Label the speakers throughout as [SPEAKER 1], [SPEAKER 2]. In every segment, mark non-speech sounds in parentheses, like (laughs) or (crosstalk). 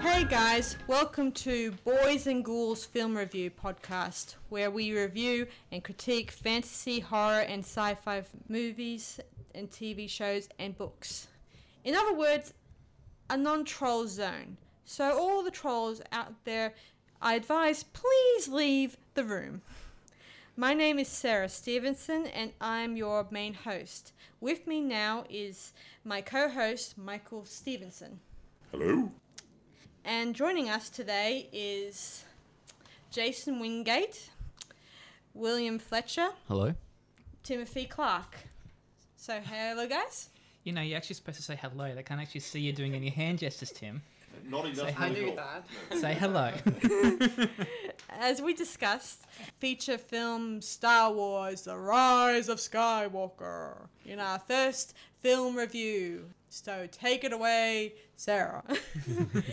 [SPEAKER 1] Hey guys, welcome to Boys and Ghouls Film Review Podcast, where we review and critique fantasy, horror, and sci fi movies and TV shows and books. In other words, a non troll zone. So, all the trolls out there, I advise please leave the room. My name is Sarah Stevenson, and I'm your main host. With me now is my co host, Michael Stevenson.
[SPEAKER 2] Hello?
[SPEAKER 1] And joining us today is Jason Wingate, William Fletcher,
[SPEAKER 3] Hello.
[SPEAKER 1] Timothy Clark. So, hello, guys.
[SPEAKER 4] You know, you're actually supposed to say hello. They can't actually see you doing any hand gestures, Tim.
[SPEAKER 2] Not enough.
[SPEAKER 5] I knew that.
[SPEAKER 4] Say hello.
[SPEAKER 1] As we discussed, feature film Star Wars The Rise of Skywalker in our first film review. So, take it away, Sarah. (laughs)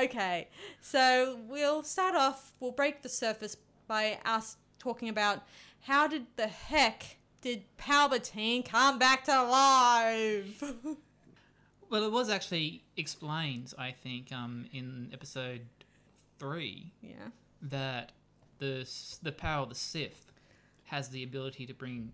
[SPEAKER 1] okay, so we'll start off, we'll break the surface by us talking about how did the heck did Palpatine come back to life? (laughs)
[SPEAKER 4] well, it was actually explained, I think, um, in episode three
[SPEAKER 1] yeah.
[SPEAKER 4] that the s- the power of the Sith has the ability to bring,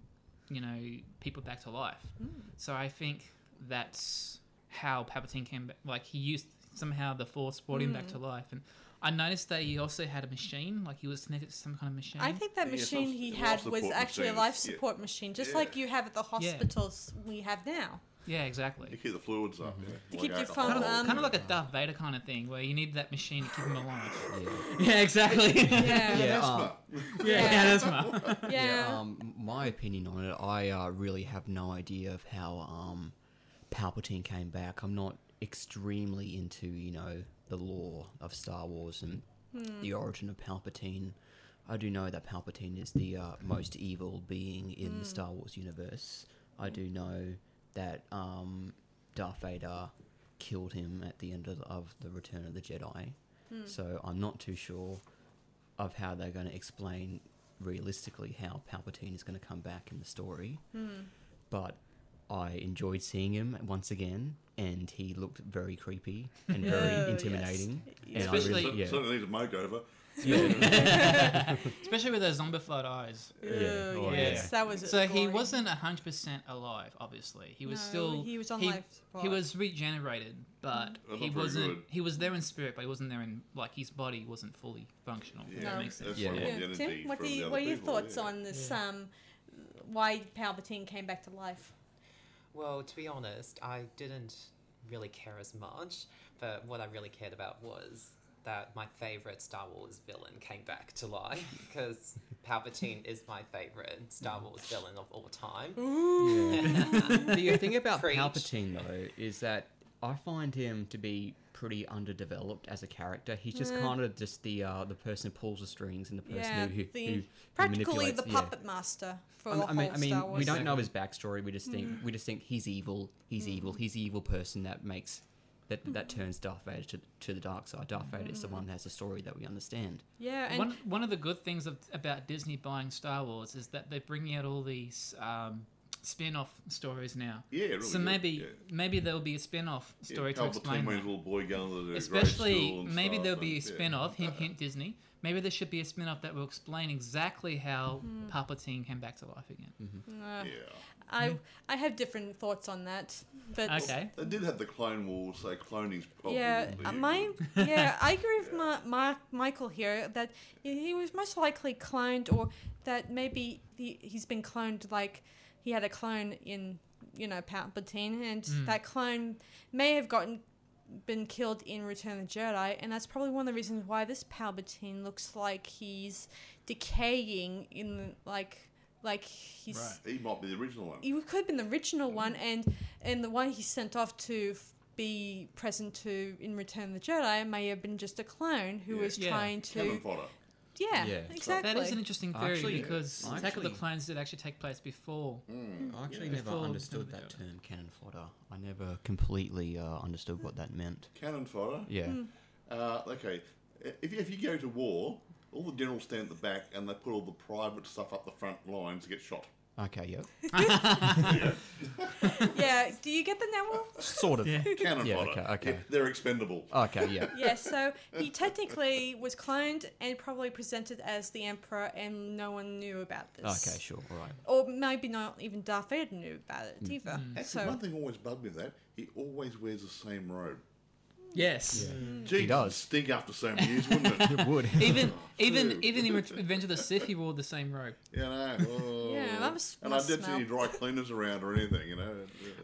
[SPEAKER 4] you know, people back to life.
[SPEAKER 1] Hmm.
[SPEAKER 4] So I think that's how Palpatine came back. Like he used somehow the Force brought him back
[SPEAKER 1] Hmm.
[SPEAKER 4] to life, and I noticed that he also had a machine. Like he was connected to some kind of machine.
[SPEAKER 1] I think that
[SPEAKER 2] Yeah, it's
[SPEAKER 1] machine
[SPEAKER 2] life-
[SPEAKER 1] he
[SPEAKER 2] life
[SPEAKER 1] had was
[SPEAKER 2] support
[SPEAKER 1] actually a
[SPEAKER 2] machines,
[SPEAKER 1] life
[SPEAKER 2] yeah.
[SPEAKER 1] support machine, just
[SPEAKER 2] Yeah.
[SPEAKER 1] like you have at the hospitals we have now.
[SPEAKER 4] yeah, exactly.
[SPEAKER 2] You keep the fluids up. Yeah.
[SPEAKER 1] To keep your
[SPEAKER 2] alcohol.
[SPEAKER 1] phone,
[SPEAKER 4] Mm-hmm. Kind of,
[SPEAKER 1] um,
[SPEAKER 4] kind of like a Darth Vader kind of thing, where you need that machine to keep him alive.
[SPEAKER 2] (laughs)
[SPEAKER 4] yeah, exactly.
[SPEAKER 1] (laughs) Yeah.
[SPEAKER 4] uh,
[SPEAKER 3] Yeah.
[SPEAKER 2] Asthma.
[SPEAKER 1] Yeah.
[SPEAKER 4] (laughs) yeah, yeah, that's
[SPEAKER 2] (laughs)
[SPEAKER 4] my.
[SPEAKER 1] Yeah.
[SPEAKER 3] Um, my opinion on it, I uh, really have no idea of how um, Palpatine came back. I'm not extremely into, you know, the lore of Star Wars and the origin of Palpatine. I do know that Palpatine is the uh, most evil being in the Star Wars universe. I do know that um, Darth Vader killed him at the end of, of the Return of the Jedi.
[SPEAKER 1] Hmm.
[SPEAKER 3] So I'm not too sure of how they're going to explain realistically how Palpatine is going to come back in the story.
[SPEAKER 1] Hmm.
[SPEAKER 3] But I enjoyed seeing him once again, and he looked very creepy and
[SPEAKER 1] Yeah,
[SPEAKER 3] very
[SPEAKER 1] yes.
[SPEAKER 3] intimidating. And I
[SPEAKER 4] Especially-
[SPEAKER 3] really, yeah.
[SPEAKER 2] Certainly needs a makeover.
[SPEAKER 4] Especially with those zombified eyes.
[SPEAKER 1] Ugh,
[SPEAKER 3] Yeah. Oh,
[SPEAKER 1] uh, yes,
[SPEAKER 4] yeah.
[SPEAKER 1] that was
[SPEAKER 4] So he
[SPEAKER 1] gory.
[SPEAKER 4] wasn't hundred percent alive. Obviously, he was
[SPEAKER 1] No,
[SPEAKER 4] still.
[SPEAKER 1] he was on life support.
[SPEAKER 4] He was regenerated, but
[SPEAKER 2] Mm. That's
[SPEAKER 4] he
[SPEAKER 2] not very
[SPEAKER 4] wasn't.
[SPEAKER 2] good.
[SPEAKER 4] He was there in spirit, but he wasn't there in like his body wasn't fully functional. if
[SPEAKER 2] Yeah,
[SPEAKER 4] that makes sense.
[SPEAKER 2] that's
[SPEAKER 3] Yeah.
[SPEAKER 2] why I want
[SPEAKER 1] Yeah.
[SPEAKER 2] the energy
[SPEAKER 1] Tim, what,
[SPEAKER 2] from
[SPEAKER 1] do
[SPEAKER 2] the
[SPEAKER 1] you,
[SPEAKER 2] other
[SPEAKER 1] what are your
[SPEAKER 2] people,
[SPEAKER 1] thoughts
[SPEAKER 2] yeah.
[SPEAKER 1] on this? Um, why Palpatine came back to life?
[SPEAKER 5] Well, to be honest, I didn't really care as much, but what I really cared about was that my favorite Star Wars villain came back to life (laughs) because Palpatine is my favorite
[SPEAKER 3] Mm.
[SPEAKER 5] Star Wars villain of all
[SPEAKER 1] (laughs)
[SPEAKER 5] time.
[SPEAKER 3] the thing about
[SPEAKER 5] Preach.
[SPEAKER 3] Palpatine though is that I find him to be pretty underdeveloped as a character. He's just kind of just the uh, the person who pulls the strings and the person
[SPEAKER 1] Mm. Yeah,
[SPEAKER 3] who, who,
[SPEAKER 1] the-
[SPEAKER 3] who- who
[SPEAKER 1] practically the
[SPEAKER 3] manipulates- yeah.
[SPEAKER 1] puppet master for the
[SPEAKER 3] I mean, I mean,
[SPEAKER 1] whole
[SPEAKER 3] I mean
[SPEAKER 1] Star Wars. Mm.
[SPEAKER 3] we don't know his backstory. We just think we just think he's evil. He's evil. He's the evil person that makes that that
[SPEAKER 1] Mm.
[SPEAKER 3] turns Darth Vader to, to the dark side. Darth Vader is the one that has a story that we understand.
[SPEAKER 1] Yeah, and
[SPEAKER 4] One, one of the good things of, about Disney buying Star Wars is that they're bringing out all these um, spin-off stories now.
[SPEAKER 2] Yeah, really
[SPEAKER 4] so
[SPEAKER 2] good,
[SPEAKER 4] maybe
[SPEAKER 2] yeah.
[SPEAKER 4] maybe there'll be a spin-off
[SPEAKER 2] Yeah,
[SPEAKER 4] story to
[SPEAKER 2] Palpatine
[SPEAKER 4] explain.
[SPEAKER 2] made a
[SPEAKER 4] that.
[SPEAKER 2] little boy going to the grade school
[SPEAKER 4] Especially
[SPEAKER 2] and
[SPEAKER 4] maybe
[SPEAKER 2] stuff
[SPEAKER 4] there'll be a
[SPEAKER 2] and- yeah.
[SPEAKER 4] spin-off.
[SPEAKER 2] (laughs)
[SPEAKER 4] Hint, hint. Disney. Maybe there should be a spin-off that will explain exactly how
[SPEAKER 1] Hmm.
[SPEAKER 4] Palpatine came back to life again.
[SPEAKER 2] Yeah.
[SPEAKER 1] uh, I I have different thoughts on that, but
[SPEAKER 4] Okay.
[SPEAKER 2] They did have the Clone Wars, so cloning's probably.
[SPEAKER 1] Yeah,
[SPEAKER 2] the-
[SPEAKER 1] uh, my yeah, I agree with Ma- Ma- Michael here that he was most likely cloned, or that maybe he, he's been cloned like he had a clone in you know Palpatine, and that clone may have gotten been killed in Return of the Jedi, and that's probably one of the reasons why this Palpatine looks like he's decaying in like like he's
[SPEAKER 4] Right.
[SPEAKER 2] He might be the original one.
[SPEAKER 1] he could have been the original one and and the one he sent off to f- be present to in Return of the Jedi may have been just a clone who
[SPEAKER 2] Yeah.
[SPEAKER 1] was
[SPEAKER 4] Yeah.
[SPEAKER 1] trying
[SPEAKER 2] Cannon
[SPEAKER 1] to
[SPEAKER 2] fodder.
[SPEAKER 1] yeah,
[SPEAKER 3] Yeah.
[SPEAKER 1] exactly
[SPEAKER 4] That is an interesting theory
[SPEAKER 3] Actually-
[SPEAKER 4] because
[SPEAKER 3] Yeah.
[SPEAKER 4] Attack of the
[SPEAKER 3] Actually-
[SPEAKER 4] Clones did actually take place before.
[SPEAKER 1] Mm.
[SPEAKER 3] I actually
[SPEAKER 4] Yeah.
[SPEAKER 3] never
[SPEAKER 4] Before
[SPEAKER 3] understood
[SPEAKER 4] Return
[SPEAKER 3] that
[SPEAKER 4] of the
[SPEAKER 3] term cannon fodder. I never completely uh, understood what that meant.
[SPEAKER 2] Cannon fodder.
[SPEAKER 3] Yeah.
[SPEAKER 1] Mm.
[SPEAKER 2] Uh, okay. If you, if you
[SPEAKER 1] (laughs)
[SPEAKER 2] go to war, all the generals stand at the back and they put all the private stuff up the front lines to get shot.
[SPEAKER 3] Okay, yep.
[SPEAKER 1] yeah, do you get the Neville?
[SPEAKER 3] Sort
[SPEAKER 4] (laughs)
[SPEAKER 3] of.
[SPEAKER 4] Yeah.
[SPEAKER 2] Cannon
[SPEAKER 3] Yeah,
[SPEAKER 2] fodder.
[SPEAKER 3] okay, okay.
[SPEAKER 2] Yeah, they're expendable.
[SPEAKER 3] Okay, yeah.
[SPEAKER 1] Yes, so he technically was cloned and probably presented as the Emperor, and no one knew about this.
[SPEAKER 3] Okay, sure. All right.
[SPEAKER 1] Or maybe not even Darth Vader knew about it either.
[SPEAKER 4] Hmm.
[SPEAKER 2] Actually,
[SPEAKER 1] So
[SPEAKER 2] one thing always bugged me with that he always wears the same robe.
[SPEAKER 4] Yes.
[SPEAKER 1] Hmm.
[SPEAKER 2] Gee,
[SPEAKER 3] does.
[SPEAKER 2] Stink after so many years, wouldn't
[SPEAKER 3] (laughs)
[SPEAKER 2] it?
[SPEAKER 3] It would.
[SPEAKER 2] (laughs)
[SPEAKER 4] Even even
[SPEAKER 2] Dude.
[SPEAKER 4] even in Adventure of the Sith, he wore the same robe.
[SPEAKER 2] You know. oh.
[SPEAKER 1] Yeah, that was-
[SPEAKER 2] And I
[SPEAKER 1] must
[SPEAKER 2] didn't see
[SPEAKER 1] smell.
[SPEAKER 2] any dry cleaners around or anything. You know.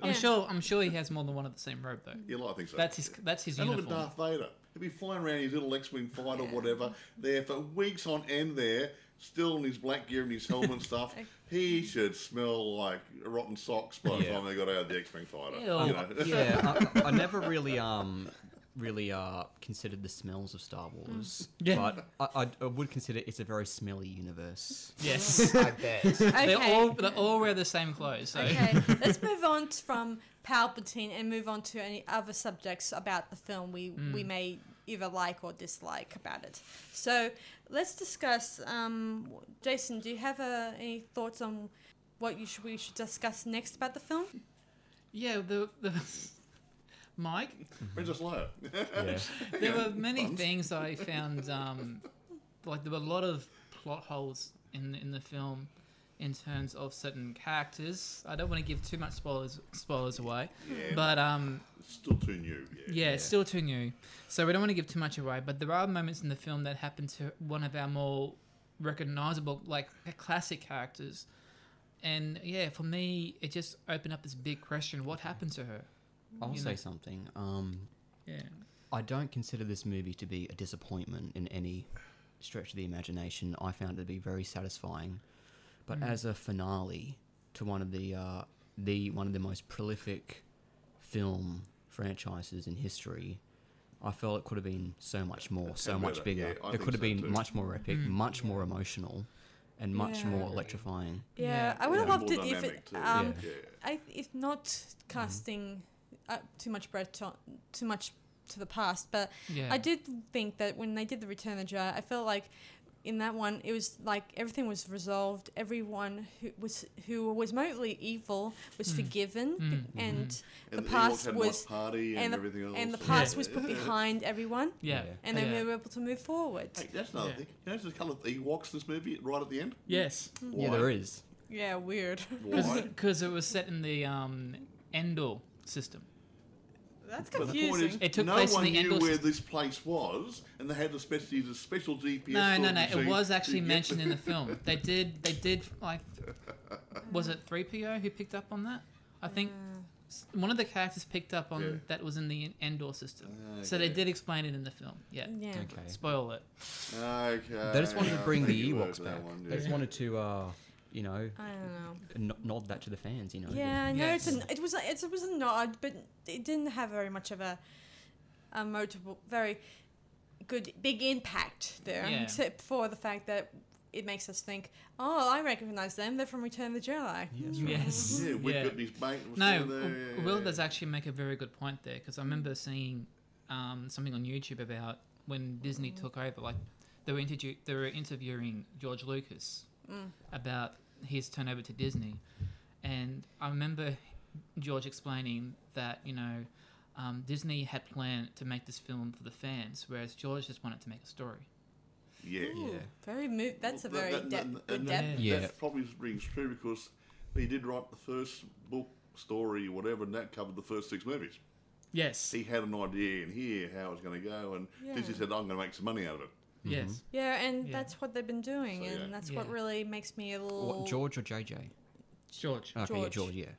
[SPEAKER 4] I'm
[SPEAKER 1] Yeah.
[SPEAKER 4] sure I'm sure he has more than one of the same robe though.
[SPEAKER 2] Yeah, well, I think so.
[SPEAKER 4] That's his that's his
[SPEAKER 2] And look at
[SPEAKER 4] uniform.
[SPEAKER 2] Darth Vader. He'd be flying around his little X-wing fighter, or whatever, there for weeks on end. There, still in his black gear and his helmet
[SPEAKER 1] (laughs)
[SPEAKER 2] and stuff. He should smell like rotten socks by the
[SPEAKER 3] Yeah.
[SPEAKER 2] time they got out of the X-wing fighter.
[SPEAKER 4] Ew.
[SPEAKER 2] You
[SPEAKER 4] Um,
[SPEAKER 2] know? (laughs)
[SPEAKER 3] yeah, I, I never really um really uh considered the smells of Star Wars,
[SPEAKER 4] (laughs) Yeah.
[SPEAKER 3] but I, I, I would consider it's a very smelly universe.
[SPEAKER 4] Yes.
[SPEAKER 2] (laughs)
[SPEAKER 5] I
[SPEAKER 3] (laughs)
[SPEAKER 5] bet.
[SPEAKER 1] okay,
[SPEAKER 4] They all they all wear the same clothes. So
[SPEAKER 2] (laughs)
[SPEAKER 1] okay, let's move on t- from Palpatine and move on to any other subjects about the film we
[SPEAKER 2] Hmm.
[SPEAKER 1] we may either like or dislike about it. So let's discuss. Um, w- Jason, do you have uh, any thoughts on what you should we should discuss next about the film?
[SPEAKER 4] yeah, the the (laughs) Mike,
[SPEAKER 2] Princess Leia.
[SPEAKER 3] Yeah.
[SPEAKER 4] there were many
[SPEAKER 2] Bums.
[SPEAKER 4] things I found um, like there were a lot of plot holes in in the film in terms of certain characters. I don't want to give too much spoilers spoilers away,
[SPEAKER 2] Yeah.
[SPEAKER 4] but um,
[SPEAKER 2] (laughs) Still too new. Yeah.
[SPEAKER 4] yeah, it's still too new. So we don't want to give too much away, but there are moments in the film that happen to one of our more recognizable, like classic characters. And yeah, for me, it just opened up this big question: What happened to her?
[SPEAKER 3] I'll
[SPEAKER 4] You
[SPEAKER 3] say
[SPEAKER 4] know.
[SPEAKER 3] something. Um,
[SPEAKER 4] Yeah,
[SPEAKER 3] I don't consider this movie to be a disappointment in any stretch of the imagination. I found it to be very satisfying, but
[SPEAKER 1] Mm.
[SPEAKER 3] as a finale to one of the uh, the one of the most prolific film franchises in history, I felt it could have been so much more, so
[SPEAKER 2] And
[SPEAKER 3] much
[SPEAKER 2] better,
[SPEAKER 3] bigger.
[SPEAKER 2] yeah, I
[SPEAKER 3] it
[SPEAKER 2] think
[SPEAKER 3] could have
[SPEAKER 2] so
[SPEAKER 3] been
[SPEAKER 2] too.
[SPEAKER 3] much more epic, much more emotional, and much
[SPEAKER 1] Mm. Yeah.
[SPEAKER 3] more electrifying.
[SPEAKER 1] Yeah,
[SPEAKER 4] Yeah.
[SPEAKER 1] I would have
[SPEAKER 2] Yeah,
[SPEAKER 1] loved
[SPEAKER 2] more
[SPEAKER 1] it if
[SPEAKER 2] dynamic
[SPEAKER 1] it,
[SPEAKER 2] too.
[SPEAKER 1] um,
[SPEAKER 2] yeah. Mm-hmm.
[SPEAKER 1] I, if not casting uh, too much bread on too much to the past, but
[SPEAKER 4] yeah.
[SPEAKER 1] I did think that when they did the Return of the Jedi, I felt like in that one it was like everything was resolved. Everyone who was who was remotely evil was
[SPEAKER 4] Mm.
[SPEAKER 1] forgiven,
[SPEAKER 4] Mm-hmm.
[SPEAKER 1] and the
[SPEAKER 2] And
[SPEAKER 1] past
[SPEAKER 2] had a
[SPEAKER 1] was
[SPEAKER 2] nice party and,
[SPEAKER 1] and the-
[SPEAKER 2] everything else.
[SPEAKER 1] and the past
[SPEAKER 4] Yeah.
[SPEAKER 1] was put behind everyone,
[SPEAKER 4] yeah,
[SPEAKER 3] Yeah.
[SPEAKER 1] and then
[SPEAKER 4] yeah.
[SPEAKER 1] we were able to move forward.
[SPEAKER 2] Hey, that's another
[SPEAKER 4] Yeah.
[SPEAKER 2] thing. You notice the colour of Ewoks in this movie right at the
[SPEAKER 4] (laughs)
[SPEAKER 2] end?
[SPEAKER 4] yes,
[SPEAKER 1] Mm.
[SPEAKER 3] Yeah,
[SPEAKER 2] Why?
[SPEAKER 3] there is.
[SPEAKER 1] Yeah, weird.
[SPEAKER 2] Why?
[SPEAKER 4] because it was set in the um, Endor system.
[SPEAKER 1] (laughs) That's
[SPEAKER 2] But the point is,
[SPEAKER 1] confusing.
[SPEAKER 4] It took
[SPEAKER 2] no
[SPEAKER 4] place in
[SPEAKER 2] one
[SPEAKER 4] the
[SPEAKER 2] knew
[SPEAKER 4] Endor
[SPEAKER 2] where
[SPEAKER 4] system.
[SPEAKER 2] this place was, and they had a special, a special GPS.
[SPEAKER 4] No, no,
[SPEAKER 2] sort
[SPEAKER 4] no.
[SPEAKER 2] of
[SPEAKER 4] It
[SPEAKER 2] machine
[SPEAKER 4] was
[SPEAKER 2] to
[SPEAKER 4] actually
[SPEAKER 2] get-
[SPEAKER 4] mentioned
[SPEAKER 2] (laughs)
[SPEAKER 4] in the film. They did. They did. Like, was it three PO who picked up on that? I think
[SPEAKER 1] Uh,
[SPEAKER 4] s one of the characters picked up on
[SPEAKER 2] Yeah.
[SPEAKER 4] that was in the Endor system. So they
[SPEAKER 2] Okay.
[SPEAKER 4] did explain it in the film. Yeah.
[SPEAKER 1] Yeah.
[SPEAKER 3] Okay.
[SPEAKER 4] Spoil it.
[SPEAKER 2] Okay.
[SPEAKER 3] They just wanted to
[SPEAKER 2] I'll
[SPEAKER 3] bring
[SPEAKER 2] take
[SPEAKER 3] the
[SPEAKER 2] your word
[SPEAKER 3] Ewoks
[SPEAKER 2] for that
[SPEAKER 3] back.
[SPEAKER 2] one,
[SPEAKER 3] They just
[SPEAKER 2] yeah.
[SPEAKER 3] wanted to, uh, you know,
[SPEAKER 1] I don't know.
[SPEAKER 3] n- nod that to the fans. You know.
[SPEAKER 1] Yeah, I know it's
[SPEAKER 4] Yes.
[SPEAKER 1] an, it was a, it's, it was a nod, but it didn't have very much of a, a notable, very good big impact there,
[SPEAKER 4] Yeah.
[SPEAKER 1] except for the fact that it makes us think, oh, I recognize them. They're from Return of the Jedi.
[SPEAKER 4] Yes.
[SPEAKER 2] Yeah, we
[SPEAKER 4] Yeah.
[SPEAKER 2] got these bank. was
[SPEAKER 4] No,
[SPEAKER 2] still there,
[SPEAKER 4] w-
[SPEAKER 2] yeah,
[SPEAKER 4] Will
[SPEAKER 2] yeah.
[SPEAKER 4] does actually make a very good point there because I remember seeing um, something on YouTube about when Disney took over. Like they were interview- they were interviewing George Lucas about his turnover to Disney, and I remember George explaining that you know um, Disney had planned to make this film for the fans, whereas George just wanted to make a story.
[SPEAKER 2] Yeah.
[SPEAKER 1] Ooh, Very mo- That's a
[SPEAKER 2] Well,
[SPEAKER 1] very
[SPEAKER 2] that- that-
[SPEAKER 1] depth.
[SPEAKER 2] that-
[SPEAKER 1] good
[SPEAKER 2] that-
[SPEAKER 1] depth.
[SPEAKER 3] Yeah.
[SPEAKER 2] That probably rings true because he did write the first book story, whatever, and that covered the first six movies.
[SPEAKER 4] Yes.
[SPEAKER 2] He had an idea in here how it was going to go, and
[SPEAKER 1] Yeah.
[SPEAKER 2] Disney said, "I'm going to make some money out of it."
[SPEAKER 4] Yes.
[SPEAKER 1] Yeah, and
[SPEAKER 4] Yeah.
[SPEAKER 1] that's what they've been doing,
[SPEAKER 2] So,
[SPEAKER 1] and
[SPEAKER 2] yeah.
[SPEAKER 1] that's what
[SPEAKER 4] Yeah.
[SPEAKER 1] really makes me a little.
[SPEAKER 3] What, George or JJ?
[SPEAKER 4] George.
[SPEAKER 3] Okay, yeah,
[SPEAKER 1] George.
[SPEAKER 3] George. Yeah.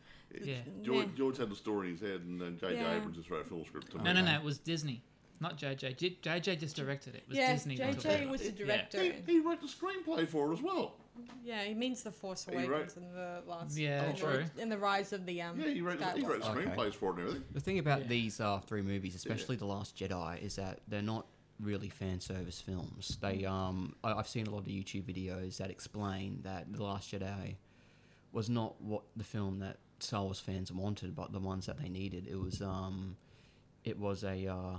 [SPEAKER 4] Yeah.
[SPEAKER 2] George,
[SPEAKER 1] Yeah.
[SPEAKER 2] George had the story in his head, and then J.J.
[SPEAKER 1] Yeah.
[SPEAKER 2] Abrams just wrote a film script. to
[SPEAKER 4] No,
[SPEAKER 2] it.
[SPEAKER 4] no, no. It was Disney, not JJ. J- JJ just directed it. It was
[SPEAKER 1] yeah,
[SPEAKER 4] Disney. that took
[SPEAKER 1] JJ
[SPEAKER 4] over.
[SPEAKER 1] was the
[SPEAKER 4] Yeah.
[SPEAKER 1] director.
[SPEAKER 2] He, he wrote the screenplay for it as well.
[SPEAKER 1] Yeah, he means the Force
[SPEAKER 2] wrote-
[SPEAKER 1] Awakens and the last.
[SPEAKER 4] Yeah,
[SPEAKER 1] and the-
[SPEAKER 4] true.
[SPEAKER 1] And the rise of the um.
[SPEAKER 2] Yeah, he wrote, he
[SPEAKER 1] Skywalker.
[SPEAKER 2] wrote
[SPEAKER 3] Okay.
[SPEAKER 2] screenplays for it and everything.
[SPEAKER 3] The thing about
[SPEAKER 4] Yeah.
[SPEAKER 3] these uh, three movies, especially The Last Jedi, is that they're not really fan service films. They, um, I, I've seen a lot of YouTube videos that explain that The Last Jedi was not what the film that Star Wars fans wanted, but the ones that they needed. It was, um, it was a, uh,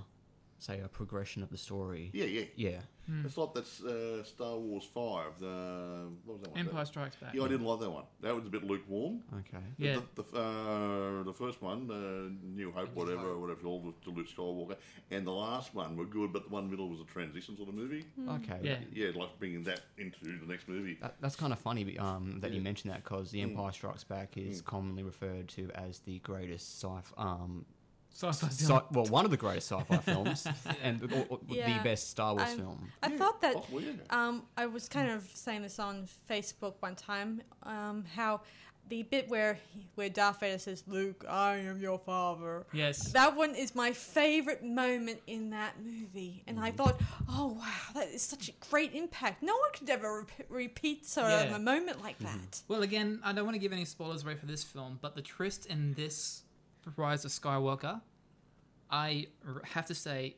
[SPEAKER 3] say a progression of the story.
[SPEAKER 2] Yeah, yeah.
[SPEAKER 3] Yeah.
[SPEAKER 4] Hmm.
[SPEAKER 2] It's like that's uh, Star Wars Five. The what was that one?
[SPEAKER 4] Empire
[SPEAKER 2] That-
[SPEAKER 4] Strikes Back.
[SPEAKER 2] Yeah, I didn't like that one. That was a bit lukewarm.
[SPEAKER 3] Okay.
[SPEAKER 4] Yeah.
[SPEAKER 2] The, the, uh, the first one, uh, New Hope, whatever,
[SPEAKER 5] Hope.
[SPEAKER 2] whatever it's called, with Luke Skywalker, and the last one were good, but the one in the middle was a transition sort of movie.
[SPEAKER 1] Hmm.
[SPEAKER 3] Okay.
[SPEAKER 4] Yeah.
[SPEAKER 2] Yeah, like bringing that into the next movie.
[SPEAKER 3] That, that's kind of funny be- um, that you
[SPEAKER 2] Yeah.
[SPEAKER 3] mentioned that because The Empire Strikes Back is commonly referred to as the greatest sci um,
[SPEAKER 4] Sci-fi
[SPEAKER 3] sci-
[SPEAKER 4] film.
[SPEAKER 3] well, one of the
[SPEAKER 4] (laughs)
[SPEAKER 3] greatest sci-fi films and or, or
[SPEAKER 1] Yeah.
[SPEAKER 3] the best Star Wars
[SPEAKER 1] I'm- (laughs)
[SPEAKER 3] film.
[SPEAKER 1] I
[SPEAKER 2] Yeah.
[SPEAKER 1] thought that
[SPEAKER 2] Oh, well, yeah.
[SPEAKER 1] um, I was kind of saying this on Facebook one time. Um, how the bit where he, where Darth Vader says, "Luke, I am your father."
[SPEAKER 4] Yes.
[SPEAKER 1] That one is my favorite moment in that movie, and
[SPEAKER 4] Mm.
[SPEAKER 1] I thought, "Oh wow, that is such a great impact. No one could ever re- repeat sort of
[SPEAKER 4] Yeah. Mm-hmm.
[SPEAKER 1] a moment like that."
[SPEAKER 4] Well, again, I don't want to give any spoilers away for this film, but the twist in this Rise of Skywalker, I r- have to say,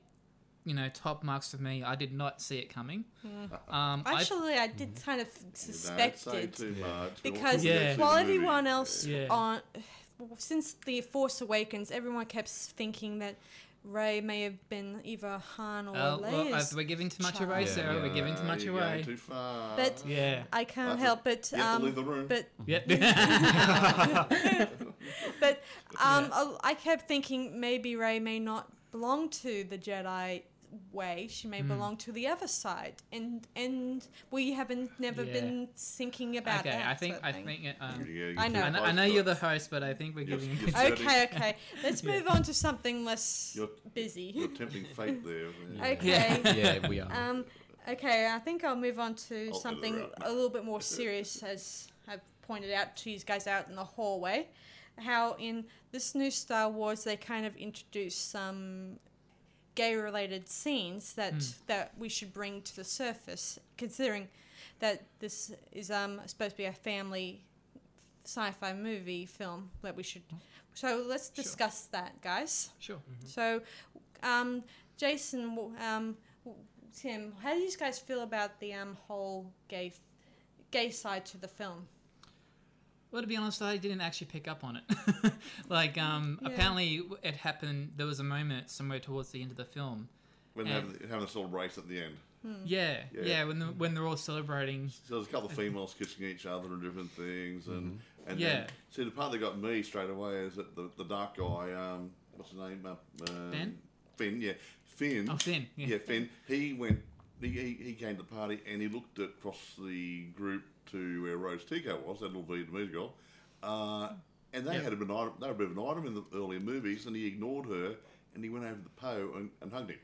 [SPEAKER 4] you know, top marks for me. I did not see it coming.
[SPEAKER 2] Uh-uh.
[SPEAKER 4] Um, I-
[SPEAKER 1] Actually, I did kind of
[SPEAKER 2] Don't say
[SPEAKER 1] suspected
[SPEAKER 2] too much. We want
[SPEAKER 1] because
[SPEAKER 2] people to
[SPEAKER 4] Yeah.
[SPEAKER 2] see the
[SPEAKER 1] while
[SPEAKER 2] movie.
[SPEAKER 1] everyone else
[SPEAKER 4] Yeah.
[SPEAKER 1] on since the Force Awakens, everyone kept thinking that Ray may have been either Han or
[SPEAKER 4] uh, well,
[SPEAKER 1] Leia's.
[SPEAKER 4] I've, we're giving too much
[SPEAKER 1] child.
[SPEAKER 4] away,
[SPEAKER 3] Yeah,
[SPEAKER 4] Sarah.
[SPEAKER 3] yeah.
[SPEAKER 4] Oh, We're giving too much
[SPEAKER 2] You're going
[SPEAKER 4] away.
[SPEAKER 2] Too far.
[SPEAKER 1] But-
[SPEAKER 2] (laughs)
[SPEAKER 4] Yeah.
[SPEAKER 1] I can't
[SPEAKER 2] That's a-
[SPEAKER 1] help it.
[SPEAKER 2] you have to
[SPEAKER 1] Um,
[SPEAKER 2] leave the (laughs) room.
[SPEAKER 1] but
[SPEAKER 4] Yep.
[SPEAKER 1] but um, I- I kept thinking maybe Ray may not belong to the Jedi way. She may
[SPEAKER 4] Hmm.
[SPEAKER 1] belong to the other side, and and we haven't never
[SPEAKER 4] Yeah.
[SPEAKER 1] been thinking about
[SPEAKER 4] (laughs) okay,
[SPEAKER 1] that.
[SPEAKER 4] I think
[SPEAKER 1] sort of
[SPEAKER 4] I
[SPEAKER 1] thing.
[SPEAKER 4] think it, um,
[SPEAKER 2] Yeah, you
[SPEAKER 1] I
[SPEAKER 2] keep
[SPEAKER 1] know.
[SPEAKER 4] I
[SPEAKER 1] Yeah,
[SPEAKER 4] know,
[SPEAKER 2] close
[SPEAKER 4] I know
[SPEAKER 2] to
[SPEAKER 4] you're
[SPEAKER 2] it.
[SPEAKER 4] the host, but I think we're
[SPEAKER 2] Yes,
[SPEAKER 4] giving. (laughs)
[SPEAKER 2] yes. Dirty.
[SPEAKER 1] Okay, okay. Let's
[SPEAKER 4] Yeah.
[SPEAKER 1] move on to something less
[SPEAKER 2] You're-
[SPEAKER 1] busy.
[SPEAKER 2] You're tempting fate there. yeah. (laughs)
[SPEAKER 1] Okay.
[SPEAKER 3] Yeah, we are.
[SPEAKER 1] Um, okay, I think I'll move on to
[SPEAKER 2] I'll
[SPEAKER 1] something
[SPEAKER 2] interrupt.
[SPEAKER 1] a little bit more serious, as I've pointed out to you guys out in the hallway. How in this new Star Wars they kind of introduced some gay-related scenes that that we should bring to the surface, considering that this is um, supposed to be a family sci-fi movie film that we should. So let's
[SPEAKER 4] Sure.
[SPEAKER 1] discuss that, guys.
[SPEAKER 4] Sure.
[SPEAKER 1] So, um, Jason, w- um, w- Tim, how do you guys feel about the um, whole gay, f- gay side to the film?
[SPEAKER 4] Well, to be honest, I didn't actually pick up on it. (laughs) like, um,
[SPEAKER 1] Yeah.
[SPEAKER 4] apparently it happened. There was a moment somewhere towards the end of the film.
[SPEAKER 2] When they have, having this little race at the end.
[SPEAKER 4] Yeah,
[SPEAKER 2] Yeah.
[SPEAKER 4] yeah. when the, when they're all celebrating.
[SPEAKER 2] So there's a couple of females kissing each other and different things, and and then,
[SPEAKER 4] Yeah.
[SPEAKER 2] see the part that got me straight away is that the, the dark guy, um, what's his name, uh, um,
[SPEAKER 4] Ben?
[SPEAKER 2] Finn, yeah, Finn.
[SPEAKER 4] Oh, Finn, yeah.
[SPEAKER 2] Finn. He went, he, he, he came to the party and he looked across the group to where Rose Tico was, that little Vietnamese girl, uh, and they
[SPEAKER 4] Yeah.
[SPEAKER 2] had a bit of an item, they were a bit of an item in the earlier movies, and he ignored her, and he went over to the Poe and, and hugged him.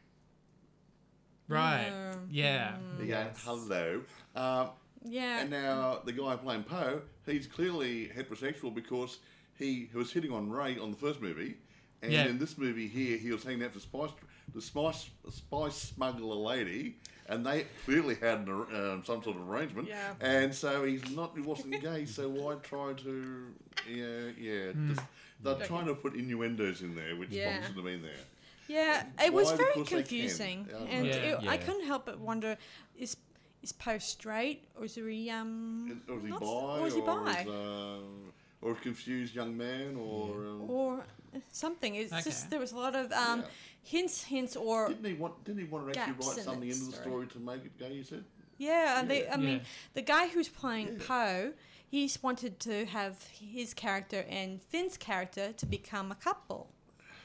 [SPEAKER 4] Right.
[SPEAKER 1] Mm.
[SPEAKER 4] Yeah.
[SPEAKER 2] He goes, hello. Um,
[SPEAKER 1] Yeah.
[SPEAKER 2] And now the guy playing Poe, he's clearly heterosexual because he was hitting on Ray on the first movie, and
[SPEAKER 4] Yeah.
[SPEAKER 2] in this movie here, he was hanging out for Spice, the Spice Spice Smuggler lady, and they clearly had an, ar- um, some sort of arrangement.
[SPEAKER 1] Yeah.
[SPEAKER 2] And so he's not, he
[SPEAKER 1] (laughs)
[SPEAKER 2] wasn't gay. So why try to, yeah, yeah. Just, they're trying to put innuendos in there, which
[SPEAKER 1] Yeah.
[SPEAKER 2] probably shouldn't have been there.
[SPEAKER 1] yeah, it was
[SPEAKER 2] why?
[SPEAKER 1] very
[SPEAKER 2] Because they can.
[SPEAKER 1] confusing,
[SPEAKER 2] Yeah.
[SPEAKER 1] and
[SPEAKER 4] Yeah.
[SPEAKER 1] it, I
[SPEAKER 3] Yeah.
[SPEAKER 1] couldn't help but wonder: is is Poe straight, or is he um,
[SPEAKER 2] Or was he
[SPEAKER 1] not-
[SPEAKER 2] bi?
[SPEAKER 1] or is he bi,
[SPEAKER 2] Or, um, or a confused young man, or. Um,
[SPEAKER 1] or something? It's
[SPEAKER 4] Okay.
[SPEAKER 1] just there was a lot of um,
[SPEAKER 2] Yeah.
[SPEAKER 1] hints, hints, or
[SPEAKER 2] Didn't he want? Didn't he want to
[SPEAKER 1] Gaps
[SPEAKER 2] actually
[SPEAKER 1] in
[SPEAKER 2] write something
[SPEAKER 1] it,
[SPEAKER 2] into the
[SPEAKER 1] sorry.
[SPEAKER 2] story to make it gay? You said.
[SPEAKER 1] Yeah, and they, I
[SPEAKER 4] Yeah.
[SPEAKER 1] mean,
[SPEAKER 4] Yeah.
[SPEAKER 1] the guy who's playing
[SPEAKER 2] Yeah.
[SPEAKER 1] Poe, he's wanted to have his character and Finn's character to become a couple.